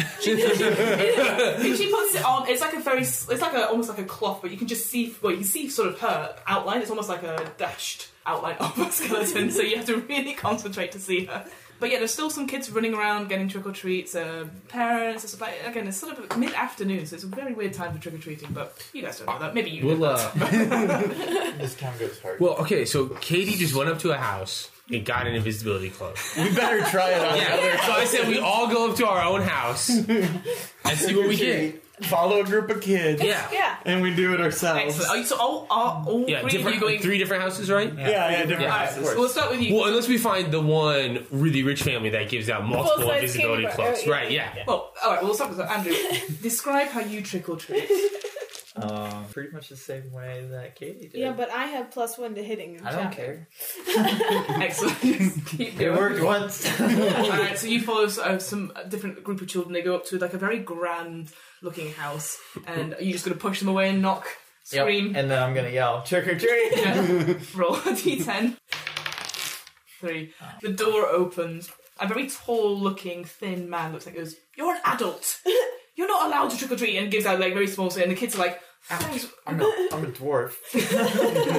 S1: And she puts it on. It's like a very, s- it's like a almost like a cloth, but you can just see. Well, you can see sort of her outline. It's almost like a dashed outline of a skeleton. so you have to really concentrate to see her. But yeah, there's still some kids running around getting trick or treats. Uh, parents, it's like again, it's sort of mid afternoon, so it's a very weird time for trick or treating. But you guys don't know that. Maybe you.
S3: We'll,
S1: know that.
S3: uh,
S5: This town goes hard.
S3: well, okay, so Katie just went up to a house and got an invisibility cloak.
S6: We better try it on the
S3: Yeah,
S6: other.
S3: so I said we all go up to our own house and see what we get.
S6: Follow a group of kids.
S3: Yeah.
S4: Yeah.
S6: And we do it ourselves.
S1: Excellent. Oh, Are you, so all, all, all three
S3: Yeah,
S1: of you
S3: different,
S1: going?
S3: three different houses, right?
S6: Yeah, yeah, different
S3: Yeah.
S1: Alright,
S6: houses.
S1: we'll start with you.
S3: Well, unless we find the one really rich family that gives out multiple
S4: Full-size
S3: invisibility
S4: candy bar.
S3: cloaks.
S4: Oh, yeah.
S3: Right, yeah.
S1: Well, all right. Well, we'll start with Andrew. describe how you trick or treat.
S5: Um, pretty much the same way that Katie did.
S4: Yeah, but I have plus one to hitting. and
S5: I don't
S4: shot.
S5: care.
S1: Excellent. Just keep
S5: It
S1: going.
S5: worked once.
S1: All right, so you follow uh, some different group of children. They go up to like a very grand looking house, and you're just going to push them away and knock,
S5: Yep,
S1: scream,
S5: And then I'm gonna yell, trick or treat!
S1: yeah. roll a d10. Three. The door opens. A very tall looking, thin man looks like he goes, You're an adult! You're not allowed to trick or treat! And gives out like very small, and the kids are like, Thanks,
S5: I'm a, I'm a dwarf.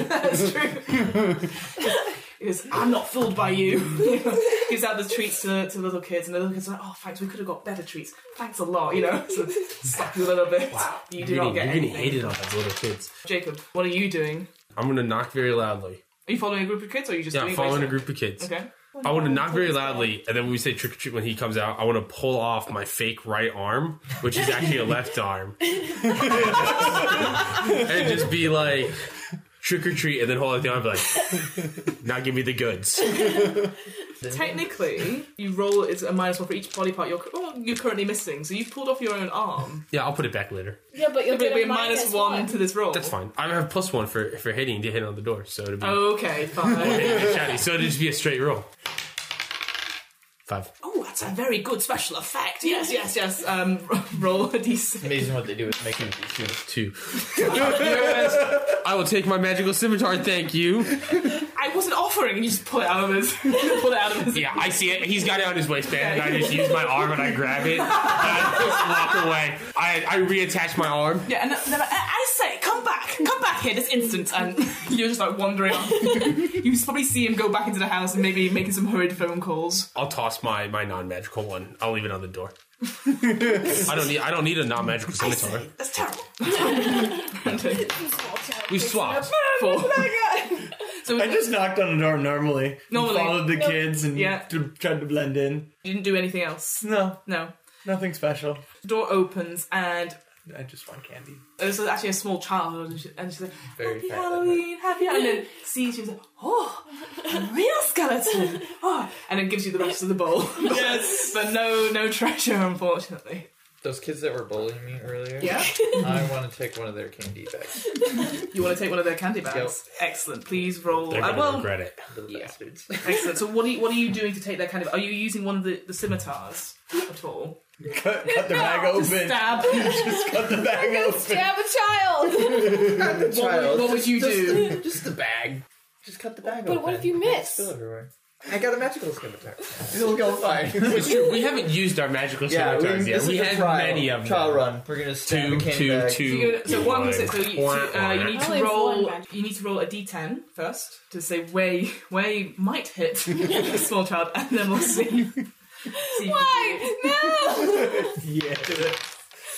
S1: That's true. he goes, I'm not fooled by you. Gives out the treats to, to little kids, and the little kids are like, oh, thanks, we could have got better treats. Thanks a lot, you know. So slap you a little bit. Wow. You do
S3: You're
S1: not
S3: gonna,
S1: get
S3: you're
S1: anything.
S3: gonna hate it on those little kids.
S1: Jacob, what are you doing?
S3: I'm gonna knock very loudly.
S1: Are you following a group of kids, or are you just
S3: Yeah,
S1: doing it by
S3: following a
S1: yourself?
S3: group of kids.
S1: Okay.
S3: I want to knock very loudly, and then when we say trick or treat, when he comes out, I want to pull off my fake right arm, which is actually a left arm, and just be like trick or treat, and then hold out the arm, and be like, now give me the goods.
S1: Technically, you roll is a minus one for each body part you're, cu- oh, you're currently missing, so you've pulled off your own arm.
S3: Yeah, I'll put it back later.
S4: Yeah, but you'll
S1: It'll
S4: get
S1: be
S4: a
S1: a minus one,
S4: one.
S1: to this roll.
S3: That's fine. I have plus one for for hitting to hit on the door, so it'll be
S1: Oh. Okay, fine.
S3: shiny. So it'll just be a straight roll. Five.
S1: oh, that's a very good special effect. Yes, yes, yes. Um, roll a d6.
S5: Amazing what they do with making these two.
S3: Two. Yes, I will take my magical scimitar. Thank you.
S1: I wasn't offering, and you just pull it out of his, pull it out of his.
S3: Yeah, I see it. He's got it on his waistband, and I just use my arm and I grab it. And I just walk away. I, I reattach my arm.
S1: Yeah, and then I, I say, come back, come back here this instant, and you're just like wandering. off. you probably see him go back into the house and maybe making some hurried phone calls.
S3: I'll toss my, my non magical one. I'll leave it on the door. I don't need I don't need a non magical scimitar.
S1: That's terrible.
S3: We swapped.
S1: Four. So
S6: I just knocked on the door normally.
S1: Normally.
S6: Followed the kids and
S1: Yeah.
S6: t- tried to blend in.
S1: you didn't do anything else.
S6: No,
S1: No.
S6: nothing special.
S1: Door opens and
S6: I just want candy.
S1: this is actually a small child, and, she, and she's like,
S5: Very
S1: "Happy
S5: fat, that
S1: Halloween, happy Halloween." And then sees you, she's like, "Oh, a real skeleton!" Oh, and then gives you the rest of the bowl. yes, but no, no treasure, unfortunately.
S5: Those kids that were bullying me earlier,
S1: Yeah,
S5: I want to take one of their candy bags.
S1: you want to take one of their candy bags? Excellent. Please roll.
S3: They're
S1: uh,
S3: gonna
S1: well,
S3: regret it.
S5: Little bastards.
S1: excellent. So, what are you, what are you doing to take their candy? Are you using one of the, the scimitars at all?
S6: Cut, cut the bag open.
S1: To stab.
S6: Just cut the bag open.
S4: Stab a child.
S1: what, would, what would you do?
S5: Just the bag. Just cut the bag
S4: But
S5: open.
S4: what if you
S5: It's
S4: miss?
S5: Still everywhere. I got a magical scimitar. It'll go fine.
S3: It's true. We haven't used our magical scimitars yet.
S5: this
S3: We
S5: is a
S3: had
S5: trial-
S3: many of
S5: Trial
S3: them.
S5: run. We're gonna stab
S3: Two,
S5: a candy
S3: two,
S5: bag.
S3: two.
S1: You go- so one six. So you, so, uh, you need to
S4: I only have
S1: roll.
S4: one magic.
S1: You need to roll a d10 first to say where you, where you might hit the small child, and then we'll see. see
S4: Why? No.
S6: Yeah.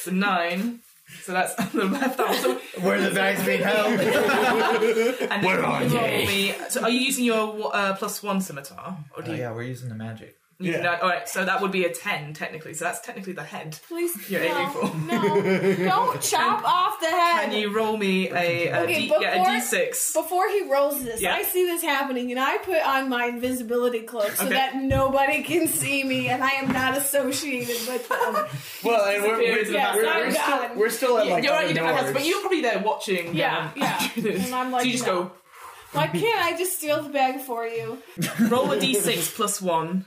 S1: So nine. So that's on the left arm. So,
S5: Where the bag's being held.
S1: and
S3: Where are
S1: roll
S3: they?
S1: me- So are you using your uh, plus one scimitar, or do
S5: Oh,
S1: you?
S5: yeah, we're using the magic.
S1: You
S6: Yeah.
S1: know, all right, so that would be a 10, technically. So that's technically the head.
S4: Please,
S1: You're
S4: no,
S1: aiming for.
S4: no, don't chop off the head.
S1: Can you roll me a, a,
S4: Okay,
S1: D, yeah, a
S4: before-
S1: D6?
S4: Before he rolls this,
S1: Yeah.
S4: I see this happening, and I put on my invisibility cloak so
S1: Okay.
S4: that nobody can see me, and I am not associated with them.
S6: Well, and we're, we're,
S1: disappears in the
S6: we're, we're,
S4: background.
S6: still, we're still at like
S1: you're right,
S6: other
S1: you don't have,
S6: doors.
S1: but you're probably there watching.
S4: Yeah,
S1: them
S4: yeah.
S1: do this.
S4: And I'm like,
S1: so you just
S4: no.
S1: go,
S4: Why can't I just steal the bag for you?
S1: roll a d6 plus one,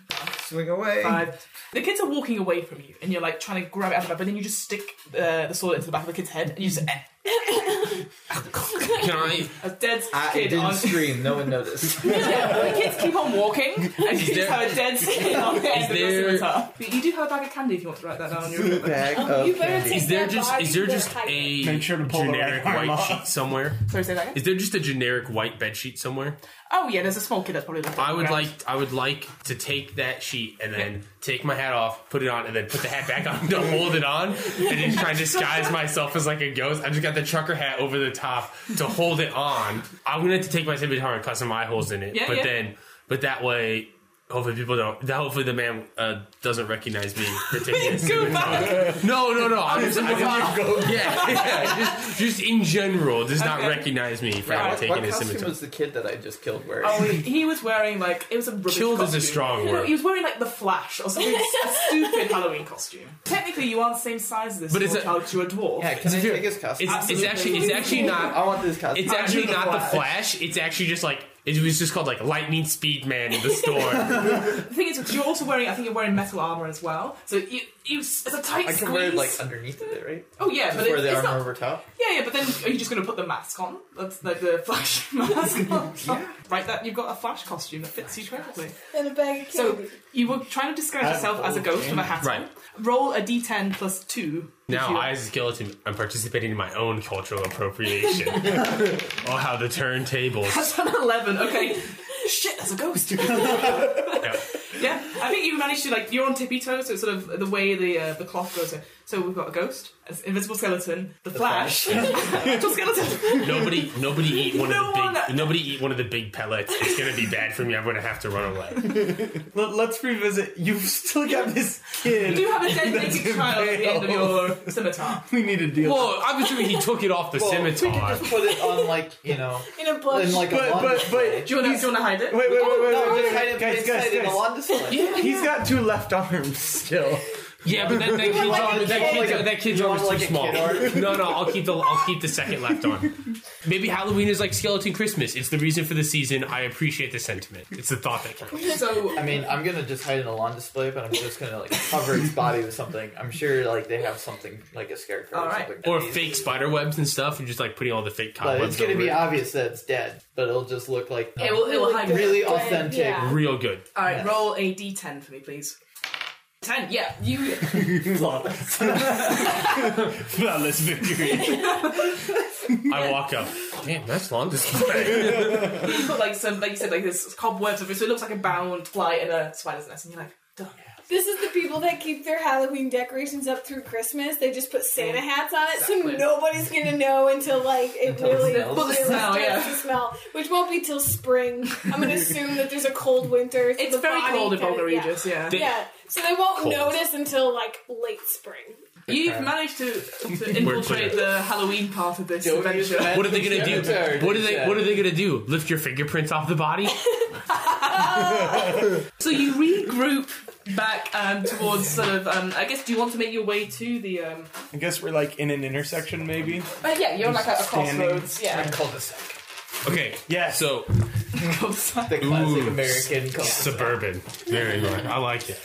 S10: Swing away.
S1: five. The kids are walking away from you, and you're like trying to grab it out of the bag, but then you just stick uh, the sword into the back of the kid's head, and you just eh,
S3: Can I?
S1: a dead
S5: Ah,
S10: I
S1: kid
S10: didn't
S1: on.
S10: scream. No one noticed.
S1: the kids keep on walking, and you just
S3: there-
S1: have a dead kid on the end of
S3: there-
S1: the scimitar. But you do have a bag of candy if you want to write that down. on your equipment.
S10: Back up.
S4: You better take
S3: Is there
S4: that
S3: just
S4: body
S3: is there
S4: to
S3: just
S4: hide it.
S3: a
S6: Make sure to pull the
S3: generic
S6: right arm
S3: white
S6: off.
S3: sheet somewhere?
S1: Sorry, say that again.
S3: Is there just a generic white bed sheet somewhere?
S1: Oh yeah, there's a small kid that's probably. left
S3: I would
S1: around.
S3: like I would like to take that sheet and then take my hat off, put it on, and then put the hat back on to hold it on, and then try and disguise myself as like a ghost. I just got the trucker hat over the top to hold it on. I'm gonna have to take my scimitar and cut some eye holes in it,
S1: Yeah,
S3: but
S1: yeah.
S3: then but that way. Hopefully people don't. That hopefully the man uh, doesn't recognize me. for taking a
S1: Go
S3: scimitar.
S1: back.
S3: No, no, no. I'm just, I just- yeah, yeah. Just, just in general, does not
S1: Okay.
S3: recognize me for
S1: Right.
S3: having taken
S10: What
S3: a
S10: costume
S3: scimitar.
S10: was the kid that I just killed wearing?
S1: Oh, he, he was wearing like it was a rubbish
S3: Killed is a
S1: costume.
S3: strong
S1: No,
S3: word.
S1: he was wearing like the Flash or something, a stupid Halloween costume. Technically, you are the same size as this
S3: But
S1: but
S3: it's a-
S1: child. You're a dwarf.
S10: yeah, can I
S3: here.
S10: take his costume?
S3: It's, it's actually it's actually not
S10: I want this costume.
S3: It's actually not the Flash. It's actually just like it was just called like Lightning Speed Man in the store.
S1: The thing is, you're also wearing. I think you're wearing metal armor as well. So you, you it's a tight
S10: I
S1: squeeze.
S10: can wear it like underneath of it, right?
S1: oh yeah, but
S10: Just wear
S1: it,
S10: the
S1: it's
S10: armor
S1: not.
S10: over top.
S1: Yeah, yeah. But then are you just going to put the mask on? That's like the Flash mask on. Right, that you've got a Flash costume that fits you perfectly.
S4: in a bag of
S1: So
S4: candy.
S1: you were trying to disguise
S6: That's
S1: yourself as a
S6: old
S1: ghost with a hat on.
S3: Right.
S1: Roll a d10 plus two. if
S3: now
S1: you-
S3: I, as a skeleton, I'm participating in my own cultural appropriation. oh, how the turntables!
S1: That's an 11, okay. Shit, that's a ghost.
S3: Yeah.
S1: yeah, I think you managed to, like, you're on tippy toe, so it's sort of the way the uh, the cloth goes. in. So we've got a ghost, an invisible skeleton, the, flash, actual skeleton.
S3: Nobody, nobody eat one
S1: No
S3: of the big.
S1: one-
S3: Nobody eat one of the big pellets. It's gonna be bad for me. I'm gonna have to run away.
S6: Let, let's revisit. You've still got this
S1: You
S6: kid.
S1: do have a dead
S6: That's
S1: naked
S6: in
S1: child at the end of
S6: jail.
S1: your scimitar.
S6: We need to deal.
S3: Well, I'm assuming he took it off the
S10: We can
S3: scimitar.
S10: just put it on like you know,
S4: in a bush.
S10: in like a
S6: but
S10: lawn
S6: but but
S10: display.
S1: Do you want to hide it?
S6: wait wait wait
S4: Oh,
S6: wait
S10: No,
S6: wait,
S10: just hide
S6: wait
S10: it
S6: guys
S10: inside
S6: guys
S10: in a
S6: guys.
S10: lawn display.
S6: He's got two left arms still.
S3: Yeah, but that, that kid's
S10: like
S3: arm,
S10: a
S3: that
S10: kid-
S3: kid's,
S10: like a-
S3: that kid's
S10: you
S3: arm
S10: want
S3: is too
S10: like a
S3: small.
S10: kid
S3: No, no, I'll keep the I'll keep the second left arm. Maybe Halloween is like skeleton Christmas. It's the reason for the season. I appreciate the sentiment. It's the thought that counts.
S1: So
S10: I mean, I'm gonna just hide in a lawn display, but I'm just gonna like cover its body with something. I'm sure like they have something like a scarecrow
S1: All
S10: or
S1: right.
S10: something.
S3: or
S10: But
S3: fake spider webs and stuff, and just like putting all the fake
S10: it's
S3: cobwebs
S10: gonna
S3: over
S10: be
S3: it.
S10: obvious that it's dead, but it'll just look like
S1: it will, it will hide it.
S10: really authentic.
S4: Yeah.
S3: real good.
S1: All right,
S10: Yes.
S1: roll a d10 for me, please. 10, yeah. You
S6: Flawless. Flawless victory.
S3: I walk up. Damn, that's long display.
S1: you put like some, like you said, like this cobwebs over it, so it looks like a bound fly in a spider's nest, and you're like, done.
S4: This is the people that keep their Halloween decorations up through Christmas. They just put Santa hats on it,
S1: Exactly.
S4: so nobody's gonna know until like it
S10: Until it
S4: really,
S10: smells.
S4: really
S1: Well, the smell,
S4: starts
S1: yeah.
S4: to smell, which won't be till spring. I'm gonna assume that there's a cold winter. so
S1: It's
S4: the
S1: very
S4: body
S1: cold in
S4: kinda-
S1: Vulgar
S4: yeah.
S1: Regis, yeah.
S3: They-
S4: Yeah, so they won't
S3: Cold.
S4: notice until like late spring.
S1: You've managed to, to
S3: We're
S1: infiltrate
S3: clear.
S1: the Halloween part of this
S10: Don't use
S1: adventure.
S10: magic
S3: What are they gonna do?
S10: cemetery,
S3: What are they?
S10: Jack.
S3: What are they gonna do? Lift your fingerprints off the body?
S1: So you regroup back um, towards sort of, um, I guess, do you want to make your way to the. Um...
S6: I guess we're like in an intersection, maybe.
S1: Uh, yeah, you're like at a
S6: Standing.
S1: crossroads. Yeah.
S10: Cul-de-sac.
S3: Okay.
S6: Yeah.
S3: So
S10: The classic American cul-de-sac.
S3: suburban. Very good. I like it.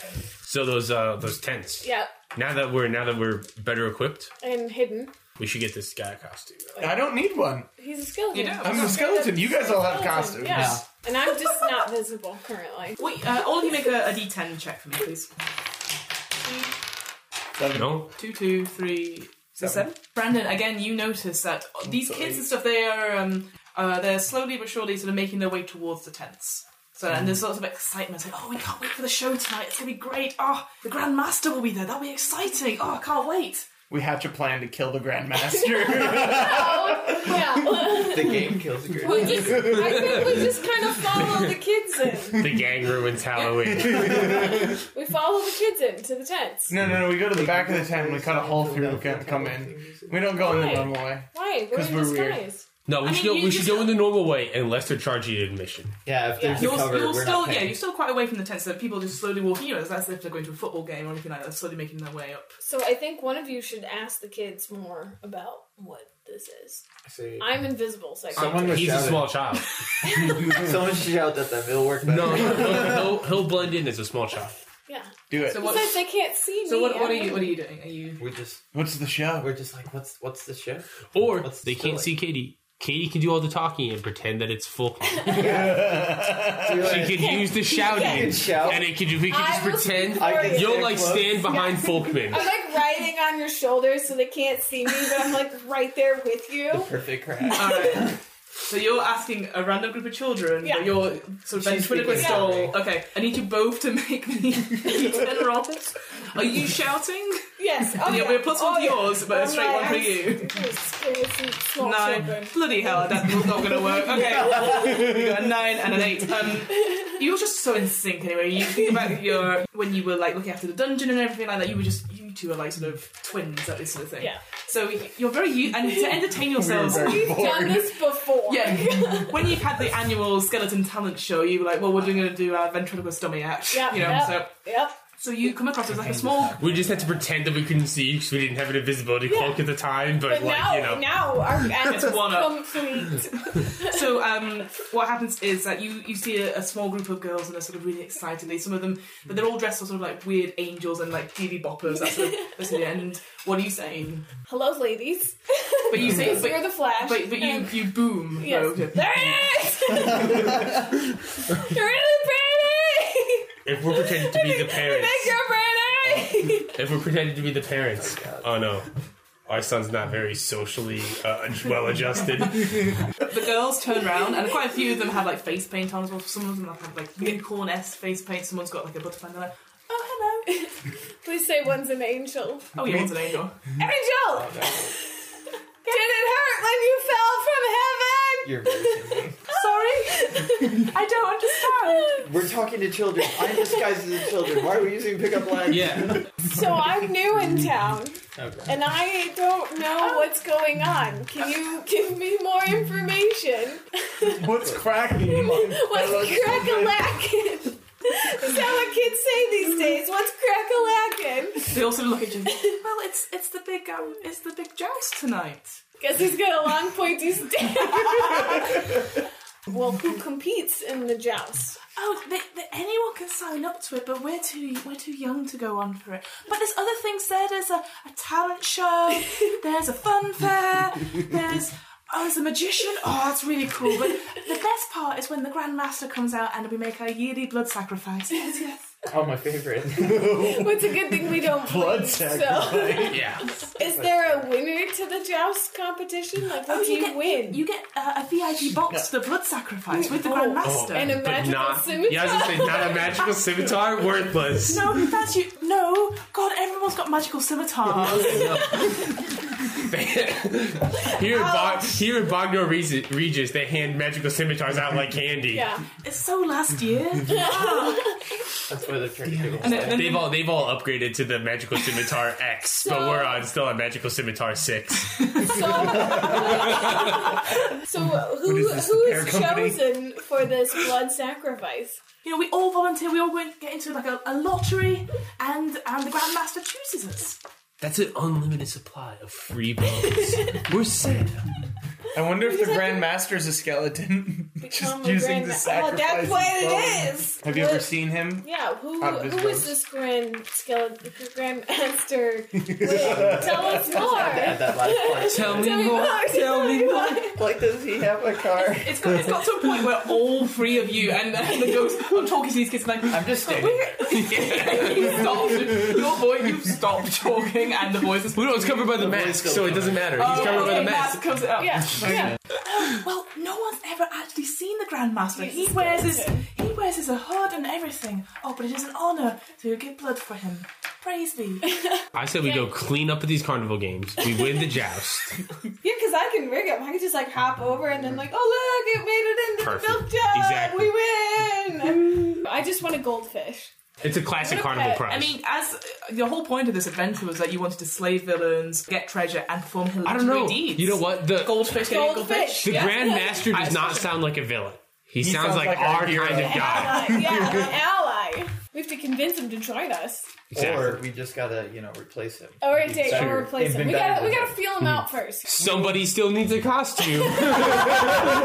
S3: So those uh those tents.
S4: Yeah,
S3: Now that we're now that we're better equipped,
S4: and hidden.
S3: we should get this guy a costume.
S6: I don't need one.
S4: He's a skeleton.
S1: You know.
S6: I'm a skeleton. You guys all have costumes.
S4: Yeah. and I'm just not visible currently.
S1: Wait, uh, all of you make a, a d10 check for me, please.
S3: No,
S1: Two, two, three, so seven.
S6: Seven.
S1: Brandon, again, you notice that these kids and stuff, they are um, uh, they're slowly but surely sort of making their way towards the tents. So, and there's lots of excitement. Like, oh, we can't wait for the show tonight. It's gonna be great. Oh, the Grand Master will be there. That'll be exciting. Oh, I can't wait.
S6: we hatch a plan to kill the Grandmaster.
S4: yeah.
S10: The game kills the
S4: we
S10: great.
S4: just, Oh, I think we just kind of follow the kids in.
S3: The gang ruins Halloween.
S4: We follow the kids in to the tents.
S6: no, no, no. We go to the back of the tent. and We cut a hole through and can come in. We don't go in the normal way.
S4: Why? We're
S6: 'Cause
S4: in
S6: we're weird.
S4: disguise.
S3: No, we
S1: I
S3: should
S1: mean,
S3: go.
S1: you
S3: We should
S1: just-
S3: go in the normal way unless they're charging you admission.
S10: Yeah, if there's
S1: You're,
S10: a cover,
S1: you're
S10: we're
S1: still
S10: not
S1: yeah,
S10: paying.
S1: you're still quite away from the tent, so people just slowly walking in. That's if they're going to a football game or anything like that, slowly making their way up.
S4: So I think one of you should ask the kids more about what this is.
S10: See,
S4: I'm invisible, so I can't
S10: Someone
S4: do
S10: was
S3: He's a
S10: shouting.
S3: small child.
S10: Someone should shout that that will work better.
S3: No, he'll, he'll, he'll blend in as a small child.
S4: it. Yeah.
S6: Do it.
S1: So what?
S4: Besides, they can't see me.
S1: So what, what are
S4: I'm-
S1: you? What are you doing? Are you?
S10: We're just
S6: What's the show?
S10: we're just like what's what's the show?
S3: Or
S10: What's
S3: they
S10: the
S3: can't
S10: story?
S3: see Katie. Katie can do all the talking and pretend that it's full. she could use the shouting,
S10: can shout.
S3: and it could. We could
S4: I
S3: just
S4: will
S3: pretend.
S4: speak for
S10: can-
S4: you.
S3: You'll like
S10: Close.
S3: stand behind Folkman.
S4: I'm like riding on your shoulders so they can't see me, but I'm like right there with you.
S10: Perfect crash.
S1: All right. So you're asking a random group of children,
S4: Yeah.
S1: but you're sort of
S10: She's
S1: ventriloquist
S10: speaking
S1: doll.
S10: Italian.
S1: Okay, I need you both to make me ten rolls. Are you shouting?
S4: Yes. Oh,
S1: yeah,
S4: yeah.
S1: we're plus
S4: oh,
S1: one to
S4: yeah.
S1: yours, but a
S4: I'm
S1: straight one for
S4: like,
S1: you.
S4: Seriously, small
S1: Nine.
S4: children.
S1: Bloody hell, that's not going to work. Okay, you got a nine and an eight. Um, you're just so in sync anyway. You think about your when you were like looking after the dungeon and everything like that. You were just you two are like sort of twins at this sort of thing.
S4: Yeah.
S1: So you're very u- and to entertain yourselves.
S4: We've done this before.
S1: Yeah, when you've had the annual skeleton talent show, you were like, "Well, we're going to do our ventriloquist dummy act."
S4: Yep,
S1: you know.
S4: yep,
S1: So,
S4: yep.
S1: so you come across as like a small.
S3: We just had to pretend that we couldn't see because we didn't have an invisibility cloak at the time. But,
S4: But
S3: like
S4: now,
S3: you know,
S4: now our act is
S1: one up.
S4: complete.
S1: So, um, what happens is that you you see a, a small group of girls and they're sort of really excited. They some of them, but they're all dressed as sort of like weird angels and like TV boppers. That's sort of, that's sort of, and what are you saying?
S4: Hello, ladies.
S1: But you say,
S4: You're
S1: but,
S4: the Flash.
S1: but, but you Oh,
S4: and-
S1: you boom.
S4: um, Yes.
S1: though.
S4: There it is. You're really
S3: if we're pretending to be the
S4: pretty.
S3: parents,
S4: Make your pretty.
S3: if we're pretending to be the parents, oh no, our son's not very socially uh, well adjusted.
S1: the girls turn around and quite a few of them have like face paint on as well. Some of them have like unicorn s face paint. Someone's got like a butterfly. And they're like,
S4: Oh, hello. Please say one's an angel.
S1: "Oh, yeah, one's an angel."
S4: Angel! Did it hurt when you fell from heaven?
S10: You're embarrassing me.
S4: Sorry. I don't understand.
S10: We're talking to children. I'm disguised as a children. Why are we using pickup lines?
S3: Yeah,
S4: So I'm new in town
S10: Okay.
S4: and I don't
S1: Oh.
S4: know what's going on. Can you give me more information?
S6: What's cracking?
S4: What's crack a lackin'? That's how what kids say these days. What's crack a lackin'?
S1: They also look at you. Well, it's it's the big um, it's the big joust tonight.
S4: Guess he's got a long pointy stick. well, who competes in the joust?
S1: Oh, they, they, anyone can sign up to it, but we're too we're too young to go on for it. But there's other things there. There's a, a talent show. There's a fun fair. There's oh, there's a magician. Oh, that's really cool. But the best part is when the grandmaster comes out and we make our yearly blood sacrifice.
S10: Oh, my favorite.
S4: What's a good thing we don't
S6: Blood
S4: bleed, So.
S6: sacrifice.
S3: yeah.
S4: Is there a winner to the joust competition? Like, what
S1: Oh,
S4: do
S1: you
S4: you,
S1: get-
S4: win?
S1: You get uh, a VIP box to the blood sacrifice with the
S4: Oh.
S1: grandmaster.
S4: and a
S3: But
S4: magical
S3: not,
S4: scimitar.
S3: yeah, I was gonna say, not a magical scimitar, worthless.
S1: No, that's you. No, God, everyone's got magical scimitars.
S3: Here in, Bog- here in Bogno Regis, Regis, they hand magical scimitars out like candy.
S4: yeah.
S1: it's so last year.
S10: That's why they're trying to pick up
S1: And then-
S10: lines.
S1: and
S3: They've all they've all upgraded to the magical scimitar X, but we're on still on magical scimitar six.
S4: So, so who
S6: is this,
S4: who
S6: the
S4: is
S6: pear company?
S4: chosen for this blood sacrifice?
S1: You know, we all volunteer. We all go and get into like a, a lottery, and and the grandmaster chooses us.
S3: That's an unlimited supply of free bones. we're set.
S6: I wonder if the Grandmaster's a skeleton. Just
S4: Become a
S6: using
S4: grandma-
S6: the
S4: Oh,
S6: sacrifice.
S4: that's what it is.
S6: Have you ever
S4: What-
S6: seen him?
S4: Yeah, who
S6: Out of his
S4: who is
S6: bones.
S4: this grand skeleton grandmaster? Tell us more.
S10: Add that last part.
S3: Tell me
S4: Tell me more. Tell me more.
S10: Like, does he have a car?
S1: It's got, it's got to a point where all three of you and, and the ghost are talking to these kids like.
S10: I'm just stating.
S1: you stopped. Your boy, you've stopped talking, and the voice is.
S3: We know it's covered by the
S10: voice
S3: mask,
S10: goes
S3: so it
S10: by.
S3: doesn't matter. Oh. He's covered by the
S1: okay,
S3: mask.
S1: mask comes out.
S4: Yeah, yeah.
S1: Well, no one's ever actually seen the Grandmaster. He
S4: He's a
S1: wears his
S4: skeleton.
S1: he wears his hood and everything. Oh, but it is an honour to give blood for him.
S11: Praise me.
S3: I said we go clean up at these carnival games. We win the joust.
S12: Yeah, because I can rig 'em. I can just like hop over and then like, oh look, it made it into
S3: Perfect.
S12: the milk jug.
S3: Exactly.
S12: We win.
S4: I just want a goldfish.
S3: It's a classic
S4: What a
S3: carnival
S4: pet.
S3: prize.
S11: I mean, as the whole point of this adventure was that you wanted to slay villains, get treasure, and perform hilarious
S3: I don't know.
S11: deeds.
S3: You know what? The
S11: Goldfish, getting
S12: Goldfish.
S11: goldfish.
S3: the
S11: yeah.
S3: Grand Master does not sound like a villain. He, sounds,
S6: sounds
S3: like,
S6: like our
S3: our
S6: hero.
S3: kind of guy.
S4: Ally. Yeah, an ally. We have to convince him to join us.
S3: Exactly.
S5: Or we just gotta, you know, replace him.
S4: Or a date,
S5: Better-
S4: or replace him.
S5: even
S4: We gotta,
S5: better
S4: we
S5: than
S4: gotta feel him out first.
S3: Somebody still needs a costume.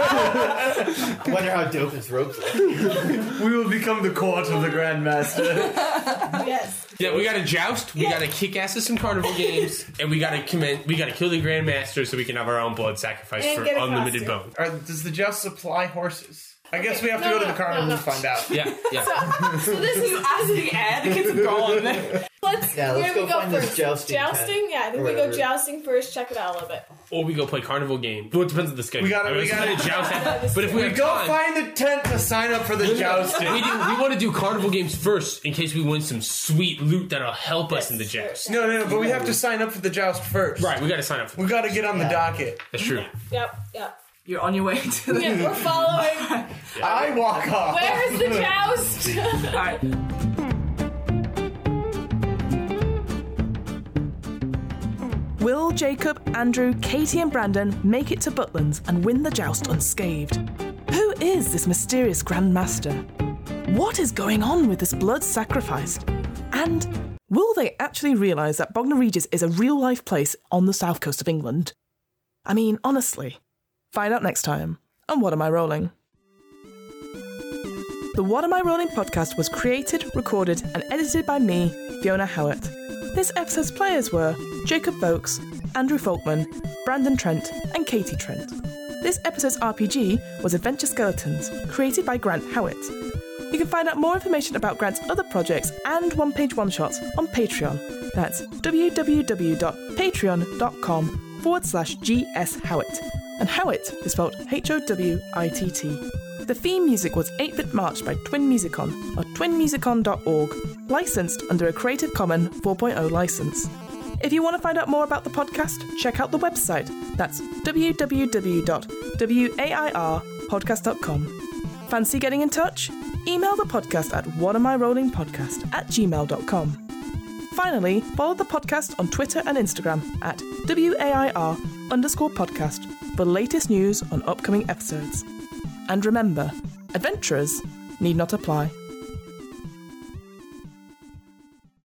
S5: I wonder how dope his robes look.
S6: We will become the court of the Grandmaster.
S12: yes.
S3: yeah, we gotta joust. We gotta kick ass at some carnival games, and we gotta commend. We gotta kill the Grand Master so we can have our own blood sacrifice
S12: And
S3: for
S12: get a
S3: unlimited bone.
S6: Or does the joust supply horses? I guess we have to
S4: no,
S6: go to the
S4: no,
S6: carnival
S4: no,
S6: to
S4: no.
S6: find out.
S3: Yeah, yeah.
S4: So this is
S11: As the air, the kids have gone.
S4: let's
S5: Yeah, let's
S4: where do we
S5: go
S4: go
S5: find this
S4: first.
S5: jousting tent.
S4: yeah. I think
S5: Or
S4: we go
S5: whatever.
S4: jousting first. Check it out a little bit.
S3: or we go play carnival game. Well, it depends on the schedule.
S6: We gotta-
S3: I
S6: we
S3: it's
S6: gotta-
S3: not a joust. at- but if we,
S6: We
S3: have
S6: go
S3: time,
S6: find the tent to sign up for the jousting.
S3: we, do, we want to do carnival games first in case we win some sweet loot that'll help us in the joust.
S6: No, no, no, but we have to sign up for the joust first.
S3: Right, we gotta sign up for
S6: We
S3: that.
S6: gotta get on the docket.
S3: That's true.
S4: Yep, yep.
S11: You're on your way to the.
S4: Yeah, we're following.
S6: I walk off.
S4: Where is the joust?
S11: All right.
S1: Will Jacob, Andrew, Katie, and Brandon make it to Butlands and win the joust unscathed? Who is this mysterious Grand Master? What is going on with this blood sacrifice? And will they actually realise that Bognor Regis is a real life place on the south coast of England? I mean, honestly, find out next time. And what am I rolling? The What Am I Rolling podcast was created, recorded, and edited by me, Fiona Howitt. This episode's players were Jacob Vokes, Andrew Falkman, Brandon Trent, and Katie Trent. This episode's RPG was Adventure Skeletons, created by Grant Howitt. You can find out more information about Grant's other projects and one page one shots on Patreon. That's www.patreon.com forward slash GS Howitt. And Howitt is spelled H O W I T T. The theme music was 8 Bit March by Twin Musicon or twinmusicon.org, licensed under a Creative Commons 4.0 license. If you want to find out more about the podcast, check out the website. That's www.wairpodcast.com. Fancy getting in touch? Email the podcast at whatamirollingpodcast at gmail.com. Finally, follow the podcast on Twitter and Instagram at WAIR underscore podcast for the latest news on upcoming episodes. And remember, adventurers need not apply.